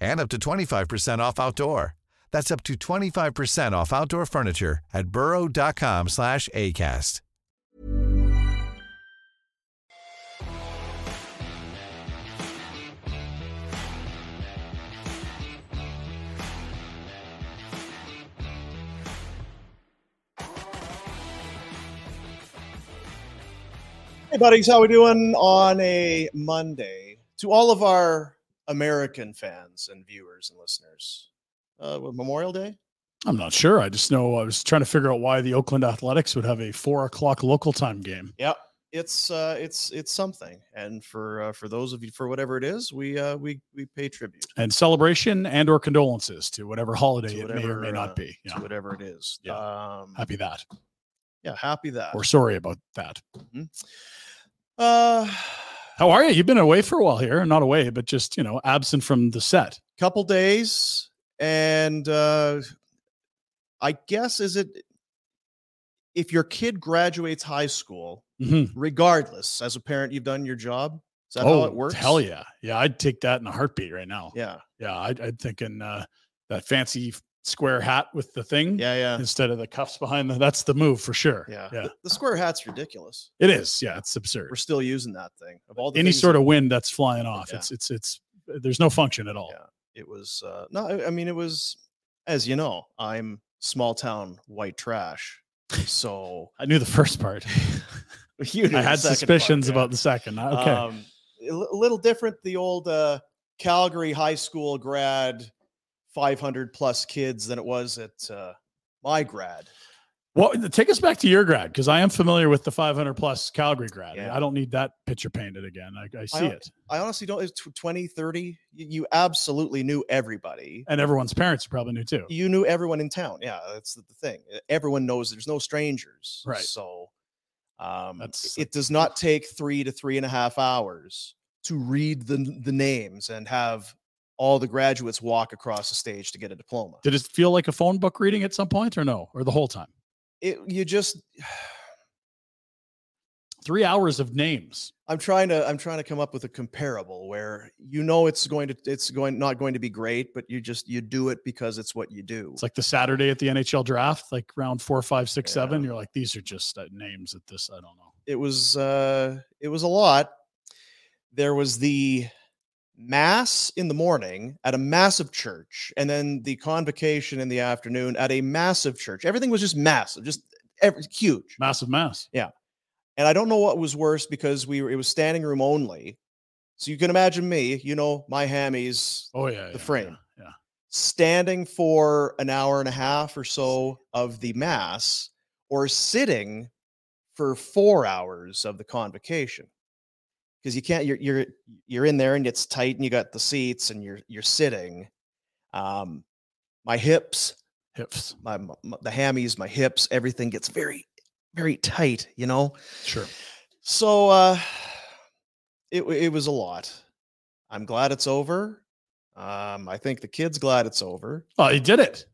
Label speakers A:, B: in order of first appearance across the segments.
A: and up to 25% off outdoor. That's up to 25% off outdoor furniture at burrow.com slash ACAST.
B: Hey, buddies, how we doing on a Monday? To all of our American fans and viewers and listeners, uh, with Memorial Day,
C: I'm not sure. I just know I was trying to figure out why the Oakland Athletics would have a four o'clock local time game.
B: Yep, it's uh, it's it's something. And for uh, for those of you for whatever it is, we uh, we we pay tribute
C: And celebration and or condolences to whatever
B: To
C: holiday it may or may
B: whatever, uh,
C: not be. Yeah.
B: to whatever it is.
C: Yeah.
B: Um,
C: Happy that.
B: yeah, happy that. Mm-hmm.
C: Or sorry about that.
B: Uh,
C: How are you? You've been away for a while here. Not away, but just, you know, absent from the set.
B: couple days, and uh, I guess is it if your kid graduates high school,
C: Mhm.
B: regardless, as a parent, you've done your job. Is that how it works?
C: Oh, Hell yeah. Yeah, I'd take that in a heartbeat right now. Yeah,
B: Yeah,
C: I'd, I'd thinking uh, that fancy f- square hat with the thing
B: yeah, yeah.
C: instead of the cuffs behind the, that's the move for sure.
B: Yeah.
C: Yeah.
B: The square hat's ridiculous.
C: It is. Yeah, it's absurd.
B: We're still using that thing. Of all the
C: any
B: things
C: sort
B: that-
C: of wind that's flying off.
B: Yeah.
C: It's it's it's there's no function at all.
B: Yeah. it was uh no, I I mean it was as you know, I'm small town white trash. So
C: I knew the first part.
B: you knew
C: I
B: the
C: had
B: second part,
C: suspicions
B: yeah.
C: about the second. I- Okay.
B: Um, a li- a little different the old uh Calgary high school grad 500 plus kids than it was at uh my grad.
C: well, take us back to your grad because I am familiar with the 500 plus Calgary grad.
B: Yeah.
C: I don't need that picture painted again. I, I see
B: don't-
C: it.
B: I honestly don't it's tw- 20, 30, you, you absolutely knew everybody.
C: And everyone's parents probably knew too.
B: you knew everyone in town. Yeah, that's the the thing. Uh, Everyone knows there's no strangers.
C: Right.
B: So um,
C: That's-
B: it does not take three to three and a half hours to read the n- the names and have all the graduates walk across the stage to get a diploma.
C: Did it feel like a phone book reading at some point or no? Or the whole time?
B: It, you just,
C: Three hours of names.
B: I'm trying to, I'm trying to come up with a comparable where you know it's going to, it's going not going to be great, but you just you do it because it's what you do.
C: It's like the Saturday at the NHL draft, like round four, five, six,
B: Yeah.
C: seven. You're like, these are just uh, names at this. I don't know.
B: it was uh it was a lot there was the mass in the morning at a massive church and then the convocation in the afternoon at a massive church everything was just massive just every, huge
C: Massive mass.
B: and i don't know what was worse because we were it was standing room only so you can imagine me you know my hammies
C: Oh, yeah. yeah, yeah,
B: frame.
C: Yeah.
B: standing for an hour and a half or so of the mass or sitting for 4 hours of the convocation because you can't you're you're you're in there and it's tight and you got the seats and you're you're sitting. Um, my hips,
C: Hips.
B: my, my the hammies, my hips, everything gets very very tight. You know,
C: Sure.
B: so uh it wa- it was a lot. I'm glad it's over. Um, I think the kid's glad it's over.
C: Oh, he did it.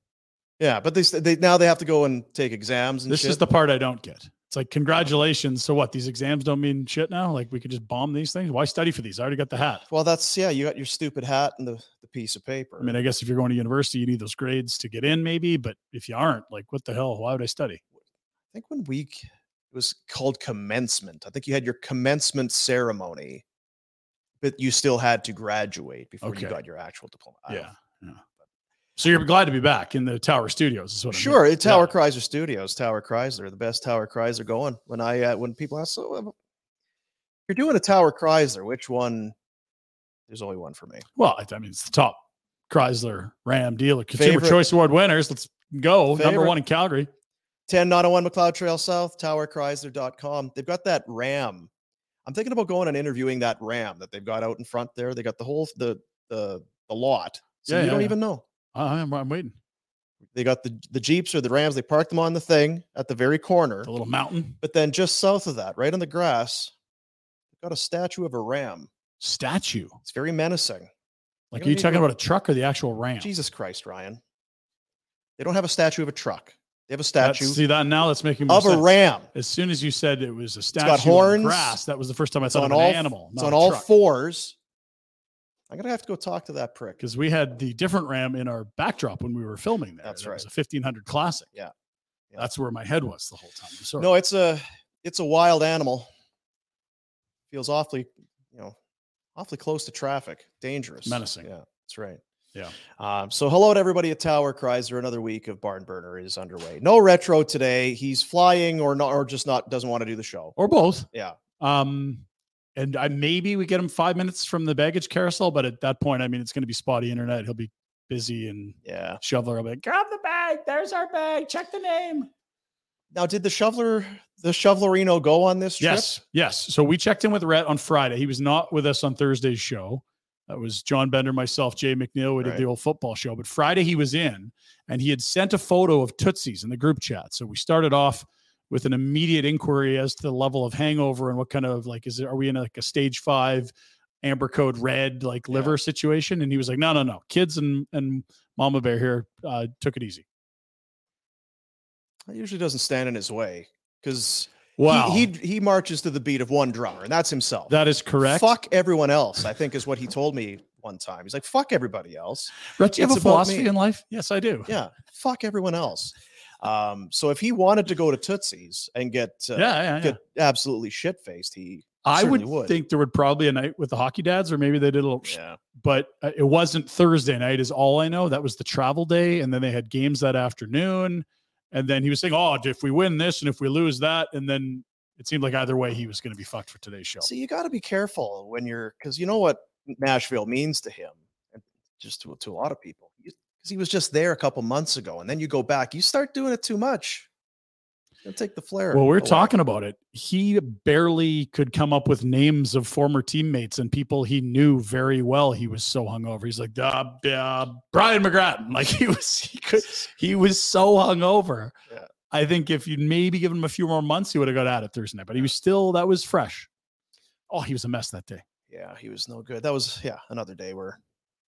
B: Yeah, but they s- they now they have to go and take exams and
C: This
B: shit.
C: is the part I don't get. It's like congratulations. So what? These exams don't mean shit now. Like we could just bomb these things. Why study for these? I already got the hat.
B: well, that's yeah. You got your stupid hat and the, the piece of paper.
C: I mean, I guess if you're going to university, you need those grades to get in, maybe. But if you aren't, like, what the hell? Why would I study?
B: I think one week it was called commencement. I think you had your commencement ceremony, but you still had to graduate before
C: Okay.
B: you got your actual diploma. I don't
C: Yeah, yeah. So you're glad to be back in the Tower Studios. Is what I'm
B: Sure,
C: hearing.
B: it's Tower
C: Yeah.
B: Chrysler Studios, Tower Chrysler, the best Tower Chrysler going. When I uh, when people ask, so uh, you're doing a Tower Chrysler, which one? There's only one for me.
C: Well, I- I mean, it's the top Chrysler Ram dealer, Consumer
B: Favorite-
C: Choice Award winners. Let's go. Number
B: Favorite-
C: one in Calgary.
B: 1091 McLeod Trail South, towerchrysler.com. They've got that Ram. I'm thinking about going and interviewing that Ram that they've got out in front there. They got the whole the the the lot. So
C: Yeah,
B: you
C: yeah,
B: don't
C: yeah.
B: even know.
C: I, I'm, I'm waiting.
B: They got the the Jeeps or the Rams. They park them on the thing at the very corner.
C: The little mountain
B: But then just south of that, right on the grass, they've got a statue of a ram.
C: statue.
B: It's very menacing. don't
C: Like, are you
B: need
C: talking
B: to-
C: about a truck or the actual Ram?
B: Jesus Christ, Ryan. They don't have a statue of a truck. They have a
C: That's-
B: statue
C: See that now? That's making more
B: of a
C: sense.
B: ram.
C: As soon as you said it was a statue,
B: got
C: of
B: horns.
C: grass. That was the first time I
B: It's
C: thought
B: on
C: of an
B: all f-
C: animal.
B: It's on all fours. I'm gonna have to go talk to that prick.
C: because we had the different Ram in our backdrop when we were filming there.
B: That's
C: It was a 1500 Classic.
B: Yeah. Yeah.
C: That's where my head was the whole time. I'm sorry.
B: No, it's a it's a wild animal. Feels awfully, you know, awfully close to traffic. Dangerous.
C: menacing.
B: Yeah, that's right.
C: Yeah.
B: Um, so hello to everybody at Tower Chrysler. Another week of Barn Burner is underway. No retro today. He's flying or not or just not doesn't want to do the show.
C: Or both.
B: Yeah.
C: Um, and I maybe we get him five minutes from the baggage carousel, but at that point, I mean, it's going to be spotty internet. He'll be busy and
B: Yeah.
C: shoveler. I'll be like, grab the bag. There's our bag. Check the name.
B: Now, did the shoveler, the shovelerino, go on this trip?
C: Yes, yes. So we checked in with Rhett on Friday. He was not with us on Thursday's show. That was John Bender, myself, Jay McNeil. We did
B: Right.
C: the old football show. But Friday he was in, and he had sent a photo of Tootsie's in the group chat. So we started off with an immediate inquiry as to the level of hangover and what kind of like is it? Are we in like a stage five amber code red like
B: Yeah.
C: liver situation? And he was like, no, no, no. Kids and and Mama Bear here uh, took it easy.
B: That usually doesn't stand in his way because
C: Wow,
B: he, he he marches to the beat of one drummer, and that's himself.
C: that is correct.
B: Fuck everyone else, I think is what he told me one time. He's like, fuck everybody else.
C: Rhett, do you have
B: it's
C: a
B: about
C: philosophy
B: me.
C: in life? Yes, I do.
B: Yeah, fuck everyone else. Um, so if he wanted to go to Tootsie's and get uh,
C: yeah, yeah, yeah.
B: get absolutely shit faced, he
C: I would,
B: certainly would.
C: think there would probably a night with the hockey dads, or maybe they did a little,
B: yeah.
C: but uh, it wasn't Thursday night, is all I know. That was the travel day. And then they had games that afternoon. And then he was saying, Oh, if we win this and if we lose that. And then it seemed like either way, he was going to be fucked for today's show.
B: So you got to be careful when you're because you know what Nashville means to him, and just to, to a lot of people. Because he was just there a couple months ago, and then you go back, you start doing it too much. It'll take the flair.
C: Well, we're
B: away.
C: talking about it. He barely could come up with names of former teammates and people he knew very well. He was so hungover. He's like, uh, uh, Brian McGrattan. Like he was, he could, he was so hungover.
B: Yeah.
C: I think if you'd maybe given him a few more months, he would have got at it Thursday night. But he was still that was fresh. Oh, he was a mess that day.
B: Yeah, he was no good. That was yeah another day where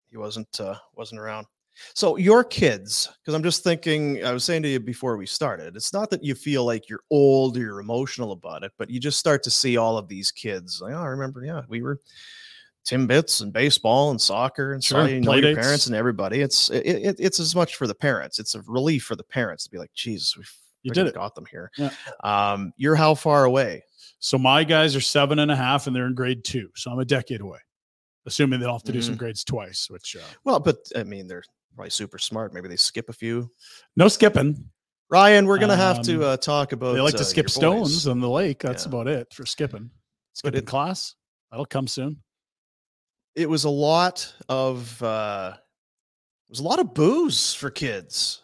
B: he wasn't uh, wasn't around. So your kids, because I'm just thinking, I was saying to you before we started, it's not that you feel like you're old or you're emotional about it, but you just start to see all of these kids. Like, oh, I remember, yeah, we were timbits and baseball and soccer and
C: Sure,
B: so you know your
C: playdates.
B: parents and everybody. It's it, it, it's as much for the parents. It's a relief for the parents to be like, Jesus, we
C: You
B: friggin'
C: did it.
B: got them here.
C: Yeah.
B: Um, you're how far away?
C: So my guys are seven and a half, and they're in grade two. So I'm a decade away, assuming they don't have to do some grades twice. Which uh,
B: Mm-hmm. Well, but I mean, they're probably super smart. Maybe they skip a few.
C: no skipping.
B: Ryan, we're gonna have
C: Um,
B: to uh, talk about.
C: they like
B: uh,
C: to skip
B: your
C: stones
B: boys.
C: on the lake. That's
B: Yeah.
C: about it for skipping.
B: But
C: Skipping
B: it-
C: class. That'll come soon.
B: It was a lot of. Uh, it was a lot of booze for kids.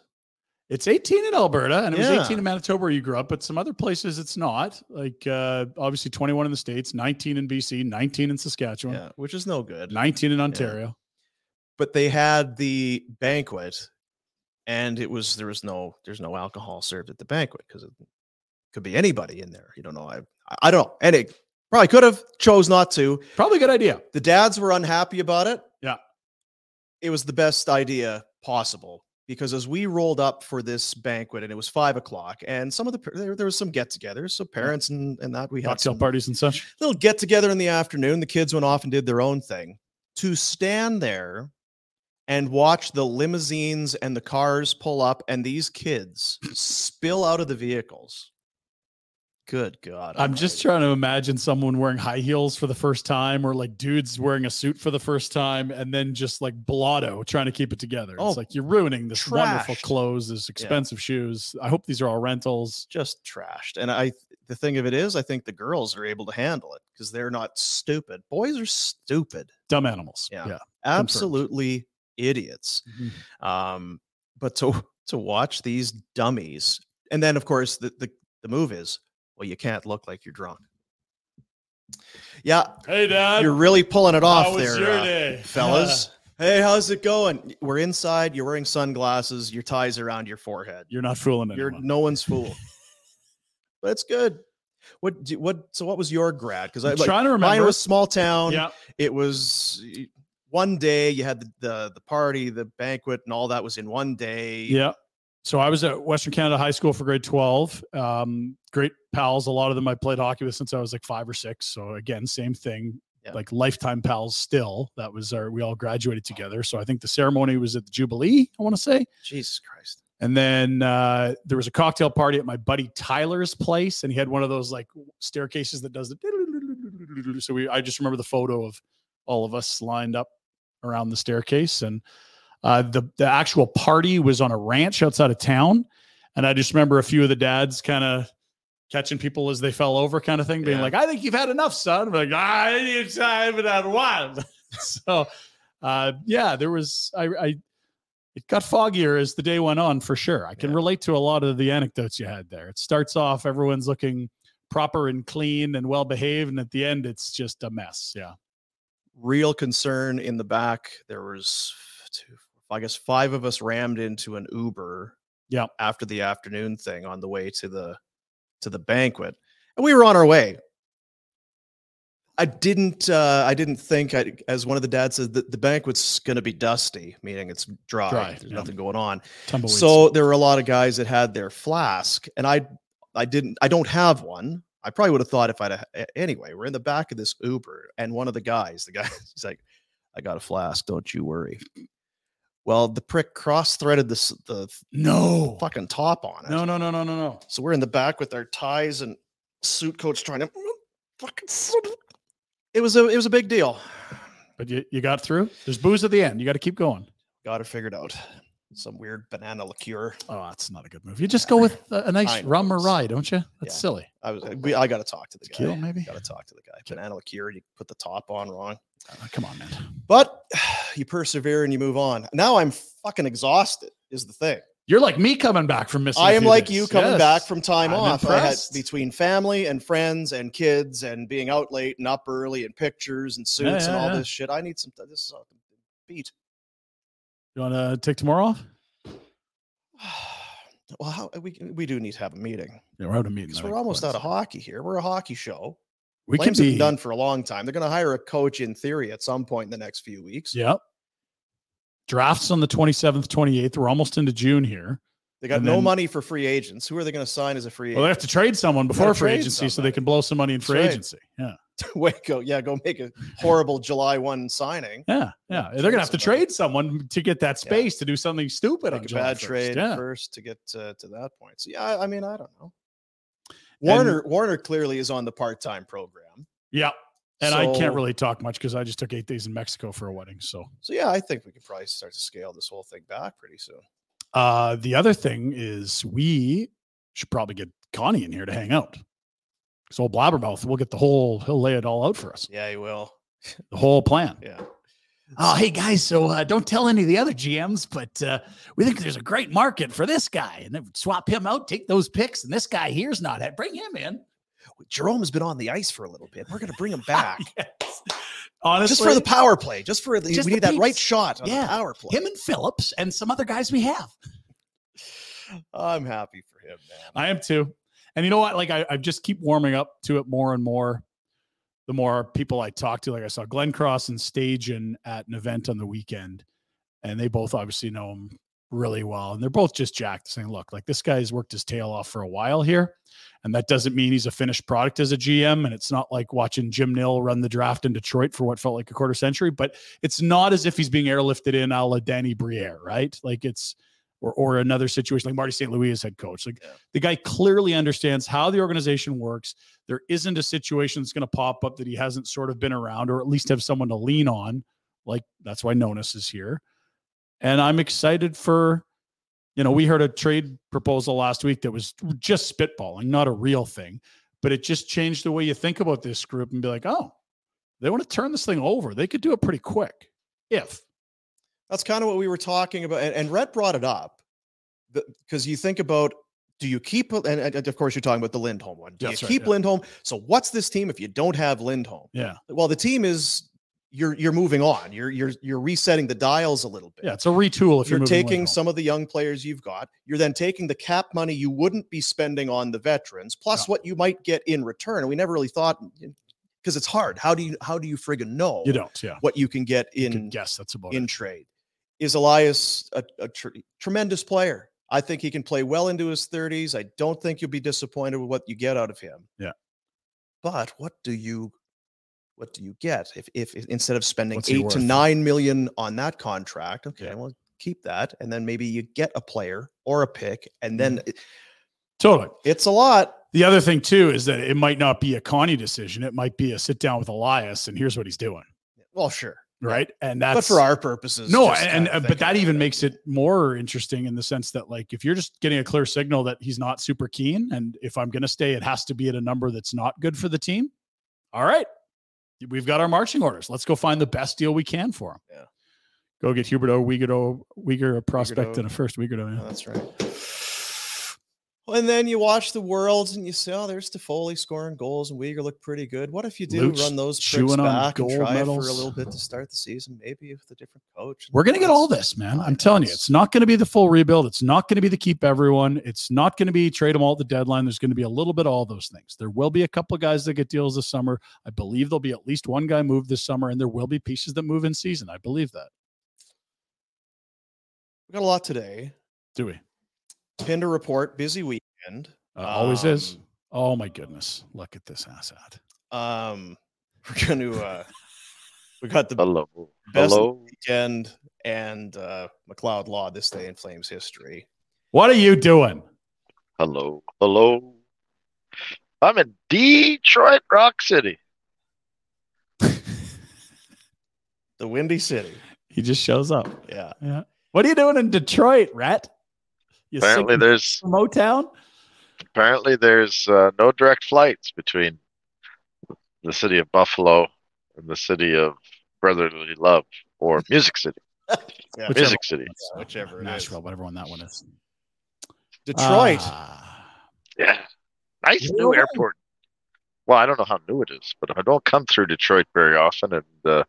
C: It's 18 in Alberta and it
B: Yeah.
C: was 18 in Manitoba where you grew up, but some other places it's not. Like uh, obviously 21 in the States, 19 in BC, 19 in Saskatchewan,
B: Yeah, which is no good.
C: 19 in Ontario.
B: but they had the banquet and it was there was no there's no alcohol served at the banquet because it could be anybody in there you don't know i i don't know and it probably could have chose not to
C: Probably a good idea.
B: the dads were unhappy about it
C: Yeah.
B: it was the best idea possible because as we rolled up for this banquet and it was five o'clock and some of the par- there, there was some get-togethers so parents and, and that we had
C: Cocktail
B: some-
C: parties and such.
B: little get together in the afternoon. The kids went off and did their own thing. To stand there and watch the limousines and the cars pull up and these kids spill out of the vehicles. Good God.
C: I'm just
B: almighty.
C: trying to imagine someone wearing high heels for the first time or like dudes wearing a suit for the first time and then just like blotto trying to keep it together.
B: Oh,
C: it's like you're ruining this wonderful
B: trashed.
C: clothes, this expensive shoes. I hope these are all rentals.
B: just trashed. And I the thing of it is, I think the girls are able to handle it because they're not stupid. Boys are stupid.
C: Dumb animals.
B: Yeah.
C: yeah. Mm-hmm.
B: Absolutely idiots. um, but to to watch these dummies, and then of course the, the the move is, well, you can't look like you're drunk. Yeah,
C: Hey dad.
B: you're really pulling it off
C: was
B: there,
C: your
B: uh,
C: day?
B: fellas. hey, how's it going? We're inside. You're wearing sunglasses. Your tie's around your forehead.
C: You're not fooling
B: You're
C: anyone.
B: no one's fool. but it's good. What do, what? So what was your grad? Because I
C: I'm
B: like,
C: trying to
B: mine
C: remember.
B: was small town
C: yeah.
B: it was y- one day you had the, the the party the banquet and all that was in one day
C: Yeah. So I was at Western Canada High School for grade 12. Um, great pals. A lot of them I played hockey with since I was like five or six. So again, same thing.
B: Yeah.
C: Like lifetime pals still. That was our, we all graduated together. So I think the ceremony was at the Jubilee, I want to say.
B: jesus christ
C: And then uh, there was a cocktail party at my buddy Tyler's place, and he had one of those like staircases that does the. So we, I just remember the photo of all of us lined up around the staircase, and uh, the the actual party was on a ranch outside of town, and I just remember a few of the dads kind of catching people as they fell over, kind of thing, being
B: Yeah.
C: like, "I think you've had enough, son." I'm like, "I need time but that one." so, uh, yeah, there was I, I it got foggier as the day went on for sure. I can
B: Yeah.
C: relate to a lot of the anecdotes you had there. It starts off everyone's looking proper and clean and well behaved, and at the end it's just a mess. Yeah.
B: real concern in the back there was two i guess five of us rammed into an uber
C: Yeah.
B: after the afternoon thing on the way to the to the banquet and we were on our way i didn't uh i didn't think i as one of the dads said that the banquet's gonna be dusty meaning it's dry,
C: Dry,
B: there's
C: yeah.
B: nothing going on
C: Tumbleweeds.
B: So there were a lot of guys that had their flask, and I, I didn't, I don't have one. I probably would have thought if I'd ha- a- anyway. We're in the back of this Uber, and one of the guys, the guy, he's like, "I got a flask, don't you worry." Well, the prick cross-threaded the s- the
C: no.
B: fucking top on it.
C: No, no, no, no, no, no.
B: So we're in the back with our ties and suit coats, trying to fucking. son of- It was a it was a big deal.
C: But you, you got through. There's booze at the end. You got to keep going.
B: Got it figured out. Some weird banana liqueur.
C: Oh, that's not a good move. You just go with a, a nice
B: I know,
C: rum or
B: it's-
C: rye, don't you? That's
B: yeah.
C: silly.
B: I was we, I got to talk to the guy.
C: Tequila, maybe?
B: Got to talk to the guy. Banana liqueur. You put the top on wrong,
C: Uh, come on, man.
B: but you persevere and you move on. Now I'm fucking exhausted. Is the thing.
C: You're like me coming back from missing.
B: I
C: a
B: am
C: few
B: like
C: days.
B: you coming back
C: Yes.
B: from time
C: I'm
B: off.
C: impressed.
B: I had between family and friends and kids and being out late and up early and pictures and suits
C: Yeah,
B: and
C: yeah,
B: all
C: yeah.
B: this shit. I need some. This is all beat.
C: You want to take tomorrow off?
B: Well, how, uh, we we do need to have a meeting
C: Yeah, we're out of meeting.
B: because we're almost out of hockey here. We're a hockey show.
C: We
B: Flames
C: can
B: have
C: be
B: been done for a long time. They're going to hire a coach in theory at some point in the next few weeks.
C: Yep. Drafts on the 27th, 28th. We're almost into June here.
B: They got
C: And
B: no
C: then-
B: money for free agents. Who are they going to sign as a free
C: Well, they
B: agent?
C: have to trade someone before
B: Gotta
C: free
B: trade
C: agency so they
B: somebody.
C: can blow some money in
B: That's
C: free
B: right.
C: agency. Yeah.
B: Waco, yeah, go make a horrible July one signing.
C: Yeah.
B: Yeah,
C: Yeah. They're
B: trade
C: going to have to
B: somebody.
C: trade someone to get that space to do something stupid on
B: Make a
C: July
B: bad
C: 1st.
B: trade
C: Yeah.
B: first to get to, to that point. So yeah, I, I mean, I don't know. Warner Warner clearly is on the part time program.
C: yeah. And I
B: So-
C: can't really talk much because I just took eight days in Mexico for a wedding. So
B: So yeah, I think we could probably start to scale this whole thing back pretty soon.
C: uh, the other thing is we should probably get Connie in here to hang out. So old Blabbermouth, we'll get the whole, he'll lay it all out for us,
B: Yeah, you will.
C: the whole plan.
B: Yeah.
C: Oh, hey guys, so uh, don't tell any of the other GMs, but uh, we think there's a great market for this guy, and then swap him out, take those picks, and this guy here's not had. Bring him in.
B: Jerome has been on the ice for a little bit. We're going to bring him back
C: Yes. Honestly,
B: just for the power play. Just for the,
C: Just
B: we
C: the
B: need that right
C: peeps.
B: shot on
C: Yeah.
B: the power play.
C: him and Phillips and some other guys we have.
B: I'm happy for him, man.
C: I am too. And you know what? Like I, I just keep warming up to it more and more. The more people I talk to, like I saw Glenn Cross and Stajan at an event on the weekend, and they both obviously know him really well. And they're both just jacked, saying, "Look, like this guy's worked his tail off for a while here, and that doesn't mean he's a finished product as a GM. And it's not like watching Jim Nill run the draft in Detroit for what felt like a quarter century. But it's not as if he's being airlifted in a la Danny Briere, right? Like it's." Or, or another situation like Marty St. Louis is head coach. Like the guy clearly understands how the organization works. There isn't a situation that's going to pop up that he hasn't sort of been around or at least have someone to lean on. Like that's why Nonus is here. And I'm excited for, you know, we heard a trade proposal last week that was just spitballing, not a real thing, but it just changed the way you think about this group and be like, oh, they want to turn this thing over. They could do it pretty quick if
B: That's kind of what we were talking about, and, and Rhett brought it up because you think about do you keep and, and of course you're talking about the Lindholm one. Do
C: That's
B: you
C: right,
B: keep
C: yeah.
B: Lindholm? So what's this team if you don't have Lindholm?
C: yeah,
B: Well, the team is you're you're moving on. You're you're you're resetting the dials a little bit.
C: yeah, it's a retool if
B: you're,
C: you're, moving
B: taking
C: Lindholm.
B: some of the young players you've got. You're then taking the cap money you wouldn't be spending on the veterans, plus
C: Yeah.
B: what you might get in return. And we never really thought because it's hard. How do you how do you friggin' know
C: you don't, yeah.
B: what you can get
C: You
B: in
C: could guess that's about
B: in
C: it.
B: trade? Is Elias a, a tr- tremendous player? I think he can play well into his 30s. I don't think you'll be disappointed with what you get out of him.
C: Yeah.
B: But what do you what do you get if if, if- instead of spending
C: What's he
B: 8 to
C: worth?
B: 9 million on that contract, okay,
C: Yeah.
B: well keep that and then maybe you get a player or a pick and
C: Mm-hmm.
B: then eh, it-
C: Totally.
B: it's a lot.
C: The other thing too is that it might not be a Connie decision. It might be a sit down with Elias and here's what he's doing,
B: Well, sure.
C: right? And that's
B: but for our purposes
C: no,
B: just uh,
C: and,
B: kinda
C: and- but
B: thinking
C: that
B: about
C: even makes it more interesting in the sense that like if you're just getting a clear signal that he's not super keen, and if I'm going to stay, it has to be at a number that's not good for the team. All right, we've got our marching orders. Let's go find the best deal we can for him.
B: Yeah.
C: Go get Huberto, Uyghur, Uyghur, a prospect,
B: Huberdeau.
C: and a first Uyghur.
B: Oh, that's right. Well, And then you watch the worlds and you say, oh, there's Toffoli scoring goals and Uyghur look pretty good. What if you do
C: Luch
B: run those tricks
C: chewing on
B: back and
C: gold
B: try for a
C: medals.
B: little bit to start the season, maybe with a different coach?
C: We're going to get all this, man. I'm telling you, it's not going to be the full rebuild. It's not going to be the keep everyone. It's not going to be trade them all at the deadline. There's going to be a little bit of all those things. There will be a couple of guys that get deals this summer. I believe there'll be at least one guy moved this summer, and there will be pieces that move in season. I believe that.
B: We got a lot today.
C: Do we?
B: Pinned a report, busy weekend.
C: Uh, always is.
B: Um,
C: Oh my goodness! Look at this asshat.
B: Um, we're going to, uh, we got the
D: Hello.
B: Best-
D: Hello.
B: weekend and uh, McLeod Law this day in Flames history.
C: What are you doing?
D: Hello. Hello. I'm in Detroit, Rock City.
B: The Windy City.
C: He just shows up.
B: Yeah.
C: What are you doing in Detroit, Rat? You sick
D: Apparently there's
C: from Motown.
D: apparently there's uh, no direct flights between the city of Buffalo and the city of Brotherly Love or Music City.
B: yeah.
C: Whichever
D: Music City.
B: Yeah, whichever it is.
C: Nashville, whatever one that one is.
B: Detroit.
C: Ah.
D: Yeah. Nice
C: Really?
D: new airport. Well, I don't know how new it is, but I don't come through Detroit very often, and uh,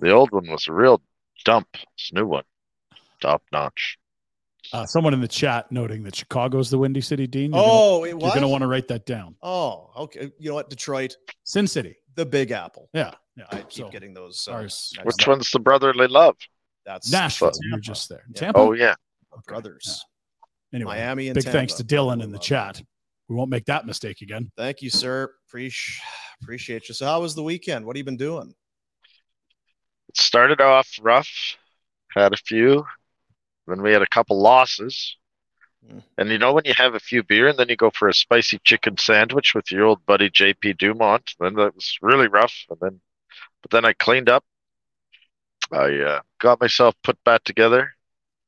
D: the old one was a real dump. This new one, top notch.
C: Uh, someone in the chat noting that Chicago's the Windy City, Dean. You're gonna-
B: oh, it
C: you're
B: was.
C: going to want to write that down.
B: Oh, okay. You know what? Detroit,
C: Sin City.
B: the Big Apple.
C: Yeah. yeah.
B: I keep
C: So,
B: getting those. Uh,
C: ours-
B: I
D: Which
B: just-
D: one's the Brotherly Love?
B: That's
C: Nashville.
D: Tampa.
C: You're just there.
B: Yeah.
C: Tampa.
D: Oh yeah,
B: brothers.
C: anyway,
B: Miami and
C: big thanks to
B: Tampa.
C: Dylan in
B: Love
C: the
B: it.
C: chat. We won't make that mistake again.
B: Thank you, sir. Appreciate appreciate you. So, how was the weekend? What have you been doing?
D: it started off rough. Had a few, then we had a couple losses.
B: Mm.
D: And you know when you have a few beer and then you go for a spicy chicken sandwich with your old buddy JP Dumont, then that was really rough. And then, but then I cleaned up. I uh, got myself put back together,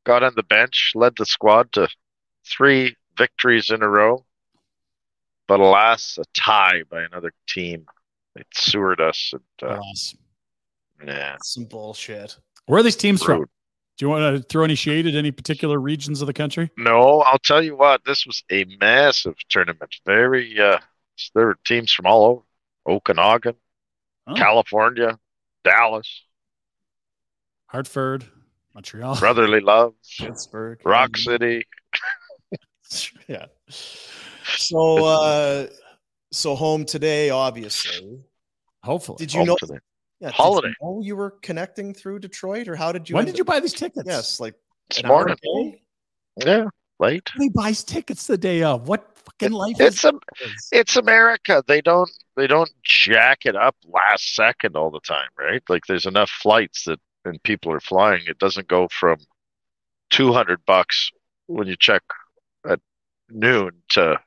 D: got on the bench, led the squad to three victories in a row. But alas, a tie by another team. It sewered us. And, uh,
C: Ross.
D: yeah.
B: Some bullshit.
C: Where are these teams from?
D: Rude.
C: Do you want to throw any shade at any particular regions of the country?
D: No, I'll tell you what. This was a massive tournament. Very. Uh, there were teams from all over: Okanagan,
C: Huh.
D: California, Dallas,
C: Hartford, Montreal.
D: Brotherly Love,
B: Pittsburgh,
D: Rock City.
C: yeah.
B: So, uh, so home today, obviously.
C: Hopefully.
B: Did you know?
D: Hopefully.
B: Yeah, did
D: Holiday.
B: You know you were connecting through Detroit, or how did you?
C: when
B: end
C: did
B: up-
C: you buy these tickets?
B: Yes, like
D: This
B: an hour
D: morning.
B: ago?
D: Yeah, late.
C: He buys tickets the day of. What fucking life
D: It's a,
C: is
D: it's America. They don't they don't jack it up last second all the time, right? Like there's enough flights that and people are flying. It doesn't go from two hundred bucks when you check at noon to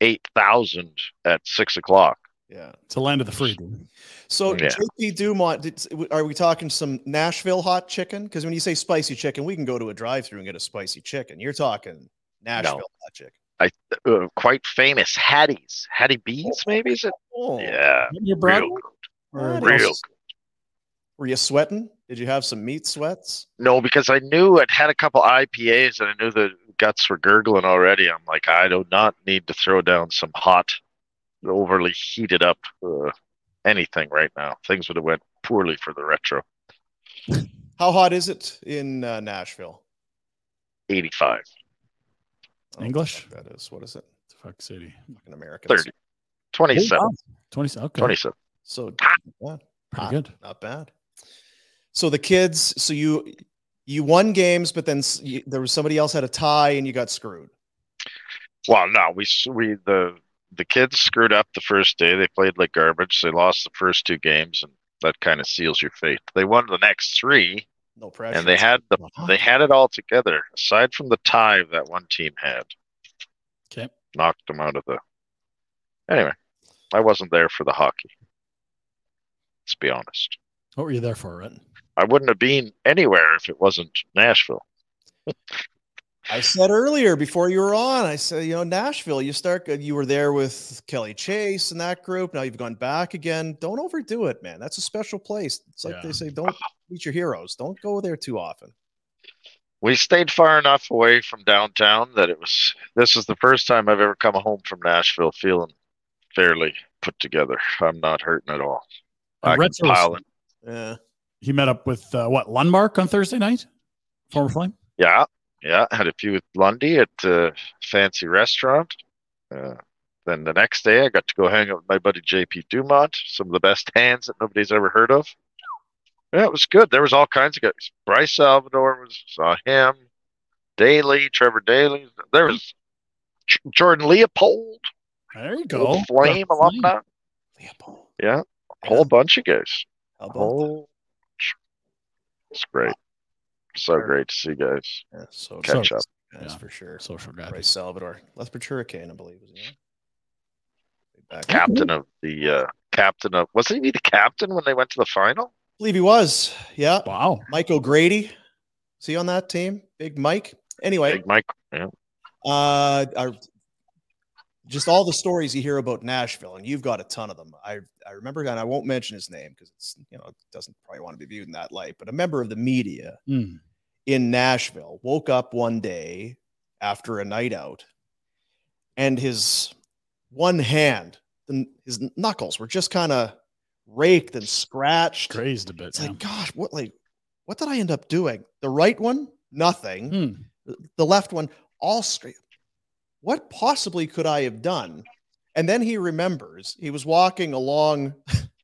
D: eight thousand at six o'clock.
B: Yeah.
C: It's a land of the free, dude.
B: So
D: Yeah.
B: JP Dumont, did, are we talking some Nashville hot chicken? Because when you say spicy chicken, we can go to a drive-through and get a spicy chicken. You're talking Nashville hot chicken.
D: Uh, quite famous Hattie's, Hattie B's, maybe is it?
B: Oh,
D: Yeah, real,
C: Your Broadway?
D: good.
C: Or
B: What
D: real.
B: else? Were you sweating? Did you have some meat sweats?
D: No, because I knew I'd had a couple IPAs and I knew the guts were gurgling already. I'm like, I do not need to throw down some hot, overly heated up uh, anything right now. Things would have went poorly for the retro.
B: How hot is it in uh, Nashville?
D: 85,
B: I don't
C: English?
B: think That is. What is it?
C: Fuck City.
B: Fucking American.
D: 30, 27,
C: 20, okay.
D: 27.
B: So yeah,
C: Pretty
B: hot.
C: good.
B: not bad. So the kids. So you you won games, but then s- you, there was somebody else had a tie, and you got screwed.
D: Well, no, we s- we the the kids screwed up the first day. They played like garbage. They lost the first two games, and that kind of seals your fate. They won the next three,
B: No pressure. Uh-huh.
D: and they had the they had it all together. Aside from the tie that one team had.
C: Okay.
D: knocked him out of the. Anyway, I wasn't there for the hockey. Let's be honest.
C: What were you there for, Rhett?
D: I wouldn't have been anywhere if it wasn't Nashville.
B: I said earlier before you were on. I said, you know, Nashville. You start. uh, You were there with Kelly Chase and that group. Now you've gone back again. Don't overdo it, man. That's a special place. It's like
C: Yeah.
B: they say, don't meet your heroes. Don't go there too often.
D: We stayed far enough away from downtown that it was. This is the first time I've ever come home from Nashville feeling fairly put together. I'm not hurting at all. I can
C: Retro's-
D: pile in.
B: Yeah.
C: He met up with uh, what Lundmark on Thursday night, former Flame.
D: Yeah, yeah. Had a few with Lundy at a fancy restaurant. Uh, then the next day, I got to go hang out with my buddy JP Dumont, some of the best hands that nobody's ever heard of. Yeah, it was good. There was all kinds of guys. Bryce Salvador was saw him. Daly, Trevor Daly. There was J- Jordan Leopold,
C: There you
D: old
C: go,
D: Flame
C: The
D: alumni.
B: Leopold.
D: Yeah, a whole bunch of guys.
B: How about
D: Whole. It's great. So great to see guys
B: that? Yeah, so
D: catch
C: So-
D: up.
B: That's
C: Yeah.
B: for sure.
C: Social guy.
B: Bryce Salvador, Lethbridge Hurricane, I believe. Was he? Back. I
D: captain of the uh, captain of wasn't he the captain when they went to the final?
B: believe he was. Yeah.
C: Wow.
B: Mike O'Grady. Is he on that team? Big Mike. Anyway,
D: Big Mike.
B: uh, our- just all the stories you hear about Nashville, and you've got a ton of them. I, I remember, and I won't mention his name because it's, you know, it doesn't probably want to be viewed in that light, but a member of the media
C: Mm.
B: in Nashville woke up one day after a night out and his one hand, the- his knuckles were just kind of raked and scratched.
C: Crazed a bit.
B: It's
C: yeah.
B: like, gosh, what like what did I end up doing? The right one, nothing.
C: Hmm.
B: The left one, all straight. What possibly could I have done? And then he remembers he was walking along,